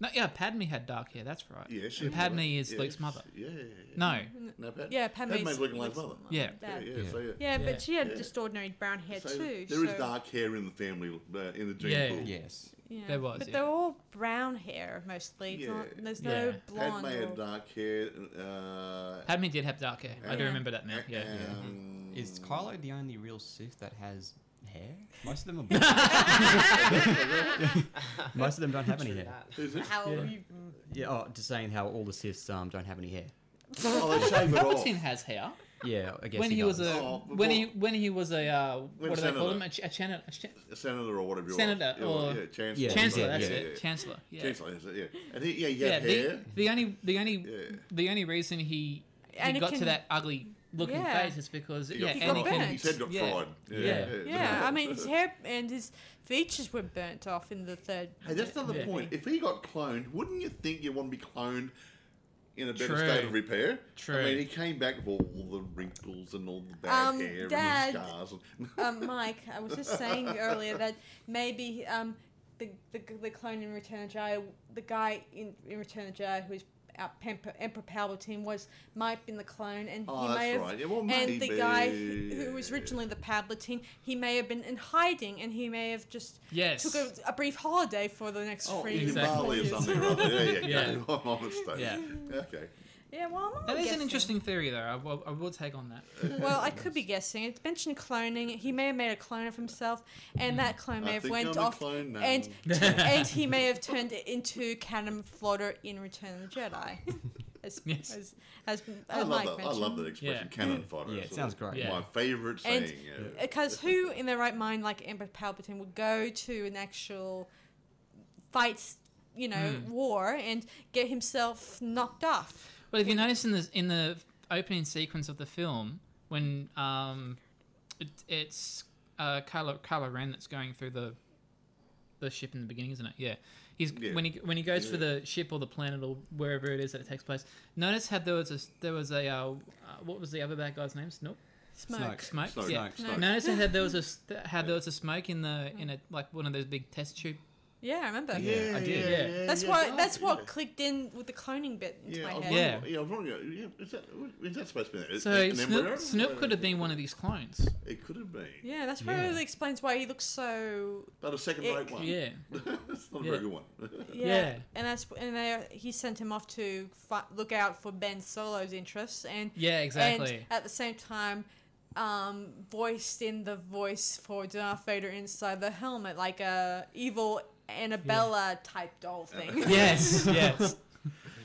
[SPEAKER 4] no, yeah, Padme had dark hair. That's right.
[SPEAKER 2] (laughs) Yeah, she
[SPEAKER 4] And
[SPEAKER 2] had
[SPEAKER 4] Padme
[SPEAKER 2] that.
[SPEAKER 4] is Luke's
[SPEAKER 2] Yes.
[SPEAKER 4] mother.
[SPEAKER 2] Yeah, yeah, yeah.
[SPEAKER 4] No.
[SPEAKER 2] No, Pad-
[SPEAKER 1] yeah, Padme's,
[SPEAKER 2] Padme's looking like mother.
[SPEAKER 4] Yeah.
[SPEAKER 2] Yeah,
[SPEAKER 1] Dad.
[SPEAKER 2] yeah,
[SPEAKER 3] Yeah.
[SPEAKER 2] so yeah.
[SPEAKER 1] Yeah,
[SPEAKER 4] Yeah.
[SPEAKER 1] but she had
[SPEAKER 2] Yeah.
[SPEAKER 1] just ordinary brown hair
[SPEAKER 2] So
[SPEAKER 1] too.
[SPEAKER 2] there is
[SPEAKER 1] so-
[SPEAKER 2] dark hair in the family, uh, in the gene
[SPEAKER 4] Yeah.
[SPEAKER 2] pool.
[SPEAKER 3] Yes.
[SPEAKER 1] Yeah.
[SPEAKER 4] There was,
[SPEAKER 1] but
[SPEAKER 4] yeah.
[SPEAKER 1] they're all brown hair mostly. It's not-
[SPEAKER 2] Yeah.
[SPEAKER 1] there's
[SPEAKER 4] Yeah.
[SPEAKER 1] no
[SPEAKER 4] Padme
[SPEAKER 1] blonde.
[SPEAKER 2] Padme had
[SPEAKER 1] or,
[SPEAKER 2] dark hair. Uh,
[SPEAKER 4] Padme did have dark hair. I do
[SPEAKER 1] Yeah.
[SPEAKER 4] remember that now. Yeah.
[SPEAKER 2] um,
[SPEAKER 3] Is Kylo the only real Sith that has hair? Most of them
[SPEAKER 4] (laughs)
[SPEAKER 3] are black. Most of them don't have any
[SPEAKER 5] True
[SPEAKER 3] hair.
[SPEAKER 5] that.
[SPEAKER 2] Who's this?
[SPEAKER 1] How
[SPEAKER 3] Yeah.
[SPEAKER 1] you-
[SPEAKER 3] Yeah, oh, just saying how all the Siths um, don't have any hair.
[SPEAKER 2] Oh, they shave it off.
[SPEAKER 4] Palpatine has hair.
[SPEAKER 3] Yeah, I guess
[SPEAKER 4] when he, was
[SPEAKER 3] does.
[SPEAKER 4] a
[SPEAKER 2] Oh,
[SPEAKER 4] when he
[SPEAKER 2] before-
[SPEAKER 4] when he was a uh, what do they call
[SPEAKER 2] senator.
[SPEAKER 4] him? A, ch- a, chan- a ch-
[SPEAKER 2] A senator or whatever. you
[SPEAKER 4] Senator
[SPEAKER 2] want. Yeah,
[SPEAKER 4] or-
[SPEAKER 2] yeah, chancellor.
[SPEAKER 3] Yeah,
[SPEAKER 4] chancellor.
[SPEAKER 3] yeah,
[SPEAKER 4] that's
[SPEAKER 3] yeah,
[SPEAKER 4] it. Chancellor. Yeah.
[SPEAKER 2] Chancellor. That's it. Yeah. And he, yeah, he
[SPEAKER 4] Yeah.
[SPEAKER 2] had hair.
[SPEAKER 4] The, the only the only
[SPEAKER 2] Yeah.
[SPEAKER 4] the only reason he he got
[SPEAKER 1] Anakin-
[SPEAKER 4] to that ugly looking
[SPEAKER 1] Yeah.
[SPEAKER 4] face. It's because
[SPEAKER 2] He
[SPEAKER 4] yeah,
[SPEAKER 2] got
[SPEAKER 1] He
[SPEAKER 2] fried.
[SPEAKER 1] got burnt.
[SPEAKER 4] Anakin.
[SPEAKER 2] His head got
[SPEAKER 4] yeah.
[SPEAKER 2] fried.
[SPEAKER 4] Yeah.
[SPEAKER 1] Yeah, I mean
[SPEAKER 2] (laughs)
[SPEAKER 1] his hair and his features were burnt off in the third.
[SPEAKER 2] Hey, that's another
[SPEAKER 4] Yeah.
[SPEAKER 2] point. If he got cloned, wouldn't you think you want to be cloned in a better
[SPEAKER 4] True.
[SPEAKER 2] state of repair? I
[SPEAKER 4] True.
[SPEAKER 2] mean, he came back with all the wrinkles and all the bad
[SPEAKER 1] Um,
[SPEAKER 2] hair
[SPEAKER 1] Dad-
[SPEAKER 2] and the scars. And
[SPEAKER 1] um, Mike, I was just saying earlier that maybe um, the, the the clone in Return of Jedi, the guy in, in Return of Jedi who is our Emperor, Emperor Palpatine was might have been the clone, and
[SPEAKER 2] Oh,
[SPEAKER 1] he may
[SPEAKER 2] that's
[SPEAKER 1] have.
[SPEAKER 2] right. Yeah, well,
[SPEAKER 1] and the guy
[SPEAKER 2] maybe.
[SPEAKER 1] who was originally the Palpatine, he may have been in hiding, and he may have just
[SPEAKER 4] Yes.
[SPEAKER 1] took a, a brief holiday for the next
[SPEAKER 2] Oh,
[SPEAKER 1] three
[SPEAKER 2] he's
[SPEAKER 4] Exactly.
[SPEAKER 2] in Bali or
[SPEAKER 1] years.
[SPEAKER 2] something. or other. Yeah, yeah, yeah.
[SPEAKER 4] Yeah.
[SPEAKER 2] (laughs) I'm on a stage.
[SPEAKER 4] Yeah.
[SPEAKER 2] Okay.
[SPEAKER 1] Yeah, well, I'm
[SPEAKER 4] That
[SPEAKER 1] only
[SPEAKER 4] is an
[SPEAKER 1] guessing.
[SPEAKER 4] interesting theory, though. I will, I will take on that.
[SPEAKER 1] Well, I could be guessing. It's mentioned cloning. He may have made a clone of himself, and that clone may
[SPEAKER 2] I
[SPEAKER 1] have
[SPEAKER 2] think
[SPEAKER 1] went
[SPEAKER 2] I'm
[SPEAKER 1] off,
[SPEAKER 2] a clone now.
[SPEAKER 1] and (laughs) and he
[SPEAKER 2] (laughs)
[SPEAKER 1] may have turned it into Cannon Fodder in Return of the
[SPEAKER 4] (laughs)
[SPEAKER 1] Jedi. As,
[SPEAKER 4] Yes.
[SPEAKER 1] as, as,
[SPEAKER 2] I
[SPEAKER 1] as
[SPEAKER 2] love
[SPEAKER 1] Mike
[SPEAKER 2] that. I
[SPEAKER 1] mentioned.
[SPEAKER 2] love that expression,
[SPEAKER 4] Yeah.
[SPEAKER 2] cannon fodder.
[SPEAKER 3] Yeah, it
[SPEAKER 2] It's
[SPEAKER 3] sounds
[SPEAKER 2] like
[SPEAKER 3] great.
[SPEAKER 2] My
[SPEAKER 4] Yeah.
[SPEAKER 2] favourite
[SPEAKER 1] And-
[SPEAKER 2] saying. yeah.
[SPEAKER 1] Because who in their right mind, like Emperor Palpatine, would go to an actual fights, you know, war and get himself knocked off?
[SPEAKER 4] Well, if you notice in the in the opening sequence of the film, when um, it, it's uh, Kylo, Kylo Ren that's going through the the ship in the beginning, isn't it? Yeah. He's
[SPEAKER 2] Yeah.
[SPEAKER 4] when he when he goes for
[SPEAKER 2] Yeah.
[SPEAKER 4] the ship or the planet or wherever it is that it takes place. Notice how there was a there was a uh, uh, what was the other bad guy's name? Snook.
[SPEAKER 1] Smoke.
[SPEAKER 3] Smoke.
[SPEAKER 4] Smoke.
[SPEAKER 2] Snoke,
[SPEAKER 4] yeah.
[SPEAKER 3] Snoke,
[SPEAKER 1] No.
[SPEAKER 3] Snoke.
[SPEAKER 4] Notice how there was a
[SPEAKER 2] (laughs)
[SPEAKER 4] st- how there was a smoke in the in a like one of those big test tube.
[SPEAKER 1] Yeah, I remember.
[SPEAKER 3] Yeah, I did.
[SPEAKER 4] Yeah.
[SPEAKER 1] That's
[SPEAKER 2] yeah,
[SPEAKER 1] why.
[SPEAKER 2] yeah.
[SPEAKER 1] That's what
[SPEAKER 2] Yeah.
[SPEAKER 1] clicked in with the cloning bit into
[SPEAKER 2] Yeah,
[SPEAKER 1] my
[SPEAKER 2] I was
[SPEAKER 1] head.
[SPEAKER 4] Yeah.
[SPEAKER 2] wondering- yeah, I was wondering, yeah, is that, is that supposed to be an-
[SPEAKER 4] So
[SPEAKER 2] an
[SPEAKER 4] Snoop,
[SPEAKER 2] embryo?
[SPEAKER 4] Snoop could have been one of these clones.
[SPEAKER 2] It could have been,
[SPEAKER 1] Yeah, that's probably
[SPEAKER 3] Yeah.
[SPEAKER 1] really explains why he looks so.
[SPEAKER 2] but a second-rate
[SPEAKER 1] Ick.
[SPEAKER 2] one.
[SPEAKER 4] Yeah.
[SPEAKER 2] (laughs) it's not a
[SPEAKER 4] Yeah.
[SPEAKER 2] very good one. (laughs)
[SPEAKER 1] Yeah.
[SPEAKER 4] Yeah.
[SPEAKER 1] And that's and they, he sent him off to fi- look out for Ben Solo's interests, and
[SPEAKER 4] Yeah. Exactly.
[SPEAKER 1] and at the same time, um, voiced in the voice for Darth Vader inside the helmet, like a evil Annabella type
[SPEAKER 2] (laughs)
[SPEAKER 1] doll thing.
[SPEAKER 4] (laughs) Yes, yes.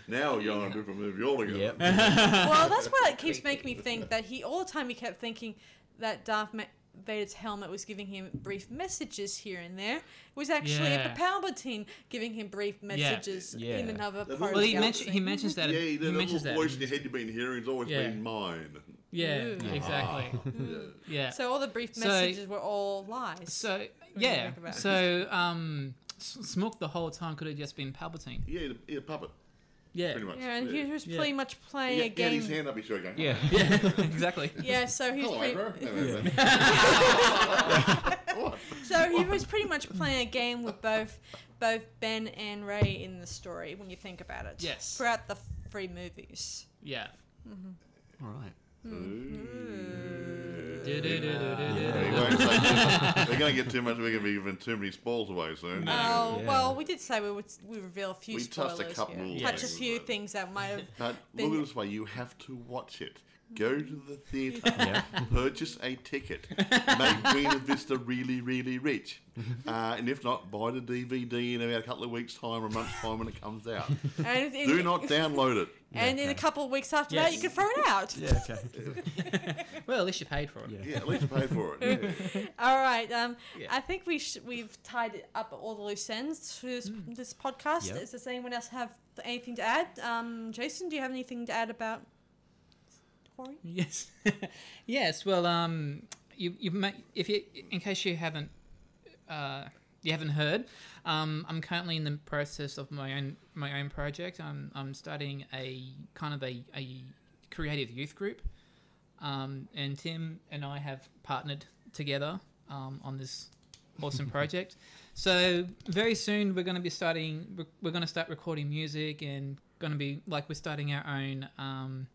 [SPEAKER 2] now you're on a different movie altogether.
[SPEAKER 1] (laughs)
[SPEAKER 3] Yep.
[SPEAKER 1] well, that's why
[SPEAKER 2] (laughs)
[SPEAKER 1] it keeps making me think that he all the time he kept thinking that Darth Ma- Vader's helmet was giving him brief messages here and there. It was actually
[SPEAKER 4] Yeah.
[SPEAKER 1] Emperor Palpatine giving him brief messages
[SPEAKER 3] Yeah.
[SPEAKER 1] in another
[SPEAKER 2] That
[SPEAKER 1] part.
[SPEAKER 4] well,
[SPEAKER 1] of the
[SPEAKER 4] he mentions
[SPEAKER 1] galaxy.
[SPEAKER 4] he mentions that.
[SPEAKER 2] Yeah,
[SPEAKER 4] he
[SPEAKER 2] the little
[SPEAKER 4] mentions that.
[SPEAKER 2] voice in your head you've been hearing's always
[SPEAKER 4] Yeah.
[SPEAKER 2] been mine.
[SPEAKER 4] Yeah,
[SPEAKER 1] Ooh.
[SPEAKER 4] (laughs) exactly. (laughs) Yeah.
[SPEAKER 1] So all the brief
[SPEAKER 4] So-
[SPEAKER 1] messages were all lies.
[SPEAKER 4] So
[SPEAKER 1] you
[SPEAKER 4] yeah.
[SPEAKER 1] think about it.
[SPEAKER 4] So um, S- Smook the whole time could have just been Palpatine.
[SPEAKER 2] Yeah, yeah, the, yeah puppet,
[SPEAKER 4] Yeah.
[SPEAKER 2] pretty much.
[SPEAKER 1] yeah, and
[SPEAKER 2] yeah.
[SPEAKER 1] he was
[SPEAKER 4] Yeah.
[SPEAKER 1] pretty much
[SPEAKER 2] He
[SPEAKER 1] playing a
[SPEAKER 2] had- he had his
[SPEAKER 1] game.
[SPEAKER 2] hand up his shirt going,
[SPEAKER 3] Yeah.
[SPEAKER 4] (laughs) Yeah. (laughs) exactly.
[SPEAKER 1] Yeah,
[SPEAKER 2] (laughs)
[SPEAKER 1] so he was
[SPEAKER 2] Hello,
[SPEAKER 1] pretty,
[SPEAKER 2] Emperor. No,
[SPEAKER 4] (laughs)
[SPEAKER 2] no, no. What?
[SPEAKER 1] so he was pretty much playing a game with both both Ben and Ray in the story when you think about it.
[SPEAKER 4] Yes.
[SPEAKER 1] Throughout the three movies.
[SPEAKER 4] Yeah.
[SPEAKER 3] All right. Hmm.
[SPEAKER 1] Uh,
[SPEAKER 2] They
[SPEAKER 4] Du-du-du-du-du-du. (laughs)
[SPEAKER 2] won't say too- They're going to get too much. We're going to be giving too many spoils away soon.
[SPEAKER 1] Oh
[SPEAKER 3] Yeah.
[SPEAKER 1] well, we did say we would we reveal a few
[SPEAKER 2] We
[SPEAKER 1] spoilers.
[SPEAKER 2] touched a couple
[SPEAKER 1] here.
[SPEAKER 2] of
[SPEAKER 1] Touch a
[SPEAKER 2] things,
[SPEAKER 1] few
[SPEAKER 2] but-
[SPEAKER 1] things that
[SPEAKER 3] (laughs)
[SPEAKER 1] might have.
[SPEAKER 2] But
[SPEAKER 1] Then-
[SPEAKER 2] look at it this way: you have to watch it. Go to the
[SPEAKER 4] (laughs)
[SPEAKER 2] theatre, purchase a ticket, make Buena Vista really, really rich, uh, and if not, buy the DVD in about a couple of weeks' time or a month's time when it comes out.
[SPEAKER 1] And, in, (laughs)
[SPEAKER 2] Do not download it.
[SPEAKER 1] and in a couple of weeks after that, you
[SPEAKER 4] Yes.
[SPEAKER 1] can throw it out.
[SPEAKER 3] Yeah. Okay.
[SPEAKER 4] Well, at least you paid for it.
[SPEAKER 3] Yeah.
[SPEAKER 2] Yeah, at least pay for it. Yeah.
[SPEAKER 1] All right. Um,
[SPEAKER 4] Yeah.
[SPEAKER 1] I think we sh- we've tied it up all the loose ends to this, this podcast.
[SPEAKER 3] Hmm. Yep.
[SPEAKER 1] Is Does anyone else have anything to add? Um, Jason, do you have anything to add about? Corey?
[SPEAKER 4] Yes. (laughs) yes. Well, um, you you may, if you in case you haven't uh, you haven't heard, um, I'm currently in the process of my own my own project. I'm I'm starting a kind of a, a creative youth group, um, and Tim and I have partnered together um, on this awesome project. So very soon we're going to be starting. We're, we're going to start recording music and going to be like we're starting our own. Um,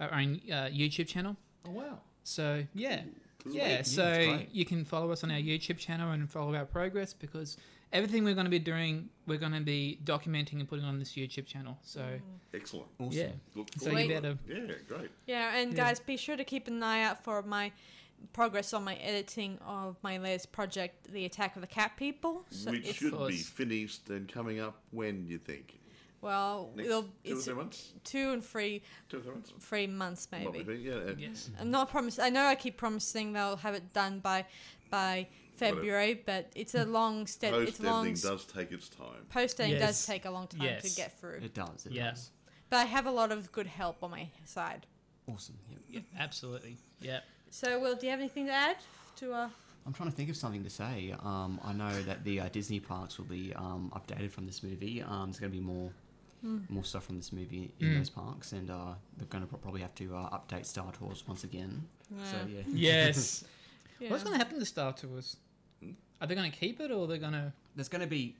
[SPEAKER 4] our own uh, YouTube channel.
[SPEAKER 2] Oh wow.
[SPEAKER 4] So yeah, yeah.
[SPEAKER 2] Yes.
[SPEAKER 4] So
[SPEAKER 3] great.
[SPEAKER 4] you can follow us on our YouTube channel and follow our progress because everything we're going to be doing, we're going to be documenting and putting on this YouTube channel. So
[SPEAKER 2] (laughs) Excellent.
[SPEAKER 3] Awesome.
[SPEAKER 4] yeah,
[SPEAKER 2] Look
[SPEAKER 4] So
[SPEAKER 2] forward
[SPEAKER 1] you
[SPEAKER 2] to
[SPEAKER 4] better-
[SPEAKER 2] it. Yeah, great.
[SPEAKER 1] Yeah, and
[SPEAKER 4] Yeah.
[SPEAKER 1] guys, be sure to keep an eye out for my progress on my editing of my latest project, The Attack of the Cat People. So
[SPEAKER 2] Which
[SPEAKER 1] it's,
[SPEAKER 2] should be
[SPEAKER 4] Awesome.
[SPEAKER 2] finished and coming up when do you think?
[SPEAKER 1] well,
[SPEAKER 2] Next
[SPEAKER 1] it'll,
[SPEAKER 2] two or
[SPEAKER 1] it's
[SPEAKER 2] three months?
[SPEAKER 1] two and three
[SPEAKER 2] Two or three months?
[SPEAKER 1] three months maybe.
[SPEAKER 2] Probably, yeah. yeah.
[SPEAKER 4] yes,
[SPEAKER 1] I'm not promise. I know I keep promising they'll have it done by by February, but it's a long step. It's
[SPEAKER 2] Post
[SPEAKER 1] a long
[SPEAKER 2] editing does take its time.
[SPEAKER 1] post editing does
[SPEAKER 4] Yes.
[SPEAKER 1] take a long time to
[SPEAKER 4] Yes.
[SPEAKER 1] get through.
[SPEAKER 3] It does. It
[SPEAKER 4] Yeah.
[SPEAKER 3] does.
[SPEAKER 1] But I have a lot of good help on my side.
[SPEAKER 3] Awesome. Yeah.
[SPEAKER 4] Yeah, absolutely. Yeah.
[SPEAKER 1] So, Will, do you have anything to add to uh, our?
[SPEAKER 3] I'm trying to think of something to say. Um, I know that the uh, Disney parks will be um, updated from this movie. Um, there's going to be more more stuff from this movie in
[SPEAKER 4] Mm.
[SPEAKER 3] those parks, and uh, they're going to probably have to uh, update Star Tours once again. So yeah,
[SPEAKER 4] (laughs) Yes.
[SPEAKER 1] Yeah.
[SPEAKER 4] What's going to happen to Star Tours? Are they going to keep it or they're going to?
[SPEAKER 3] there's going to be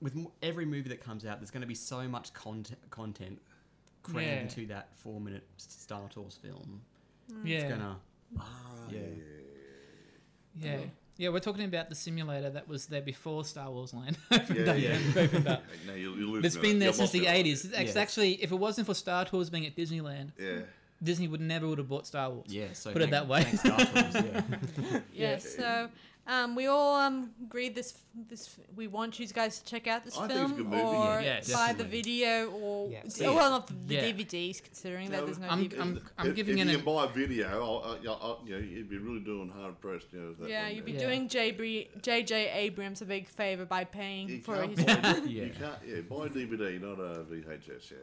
[SPEAKER 3] with m- every movie that comes out, there's going to be so much content content crammed
[SPEAKER 4] Yeah.
[SPEAKER 3] into that four minute Star Tours film.
[SPEAKER 4] Yeah.
[SPEAKER 3] It's gonna
[SPEAKER 4] Ah,
[SPEAKER 3] yeah.
[SPEAKER 4] Yeah. Yeah, we're talking about the simulator that was there before Star Wars Land. (laughs)
[SPEAKER 2] Yeah,
[SPEAKER 3] yeah.
[SPEAKER 4] opened
[SPEAKER 2] (laughs)
[SPEAKER 4] up.
[SPEAKER 2] No, you'll, you'll lose
[SPEAKER 4] It's
[SPEAKER 2] me.
[SPEAKER 4] been there
[SPEAKER 2] You're
[SPEAKER 4] since the
[SPEAKER 2] lost me.
[SPEAKER 4] 80s. It's
[SPEAKER 3] Yes.
[SPEAKER 4] actually, if it wasn't for Star Tours being at Disneyland,
[SPEAKER 2] Yeah.
[SPEAKER 4] Disney would never would have bought Star Wars.
[SPEAKER 3] Yeah, so
[SPEAKER 4] Put it
[SPEAKER 3] thank-
[SPEAKER 4] that way.
[SPEAKER 3] thanks, Star Tours, yeah.
[SPEAKER 1] Yeah.
[SPEAKER 4] Yeah.
[SPEAKER 1] So, um, we all um agree this this we want you guys to check out this
[SPEAKER 2] I think it's a
[SPEAKER 1] film
[SPEAKER 2] good movie, yeah.
[SPEAKER 1] or
[SPEAKER 4] Yes.
[SPEAKER 1] buy the
[SPEAKER 3] Definitely.
[SPEAKER 1] video or
[SPEAKER 5] Yeah.
[SPEAKER 1] oh, well not the
[SPEAKER 4] Yeah.
[SPEAKER 1] DVDs considering that
[SPEAKER 2] No,
[SPEAKER 1] there's no
[SPEAKER 4] I'm-
[SPEAKER 1] DVD.
[SPEAKER 4] I'm-
[SPEAKER 2] If-
[SPEAKER 4] I'm
[SPEAKER 2] if,
[SPEAKER 4] giving
[SPEAKER 2] if
[SPEAKER 4] it
[SPEAKER 2] you
[SPEAKER 4] a-
[SPEAKER 2] can buy a video, I'll, I'll, I'll, I'll- you know, you'd be really doing hard pressed. You know, that
[SPEAKER 1] yeah,
[SPEAKER 2] one
[SPEAKER 1] you'd be
[SPEAKER 2] there.
[SPEAKER 4] Yeah.
[SPEAKER 1] doing JB J.J. Abrams a big favor by paying
[SPEAKER 2] You
[SPEAKER 1] for
[SPEAKER 2] can't
[SPEAKER 1] his. (laughs)
[SPEAKER 2] (laughs) buy,
[SPEAKER 3] Yeah.
[SPEAKER 2] you can't, yeah, buy a DVD, not a VHS.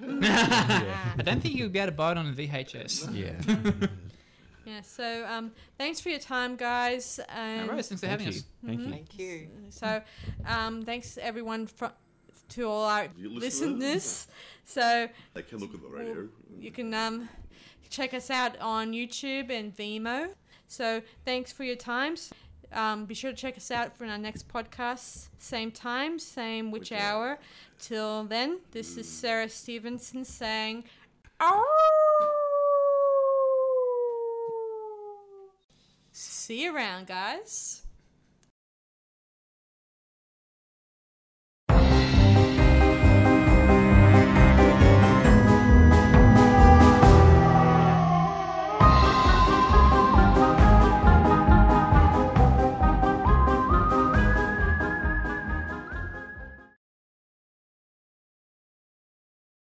[SPEAKER 2] (laughs) Yeah.
[SPEAKER 4] (laughs)
[SPEAKER 1] Yeah.
[SPEAKER 4] (laughs) I don't think you would be able to buy it on a VHS.
[SPEAKER 3] yeah. (laughs)
[SPEAKER 1] yeah. So, um, thanks for your time, guys. And
[SPEAKER 4] All right, thanks for
[SPEAKER 3] Thank
[SPEAKER 4] having
[SPEAKER 3] you.
[SPEAKER 4] us.
[SPEAKER 3] Thank you.
[SPEAKER 5] Thank you.
[SPEAKER 1] So, um, thanks everyone fro- to all our
[SPEAKER 2] You listeners. (laughs)
[SPEAKER 1] listeners. So
[SPEAKER 2] They can look at the
[SPEAKER 1] Well,
[SPEAKER 2] radio.
[SPEAKER 1] you can um, check us out on YouTube and Vimeo. So thanks for your times. Um, be sure to check us out for our next podcast. Same time, same which,
[SPEAKER 2] Which
[SPEAKER 1] hour.
[SPEAKER 2] hour.
[SPEAKER 1] Till then, this is Sarah Stevenson saying, "Ow." See you around, guys.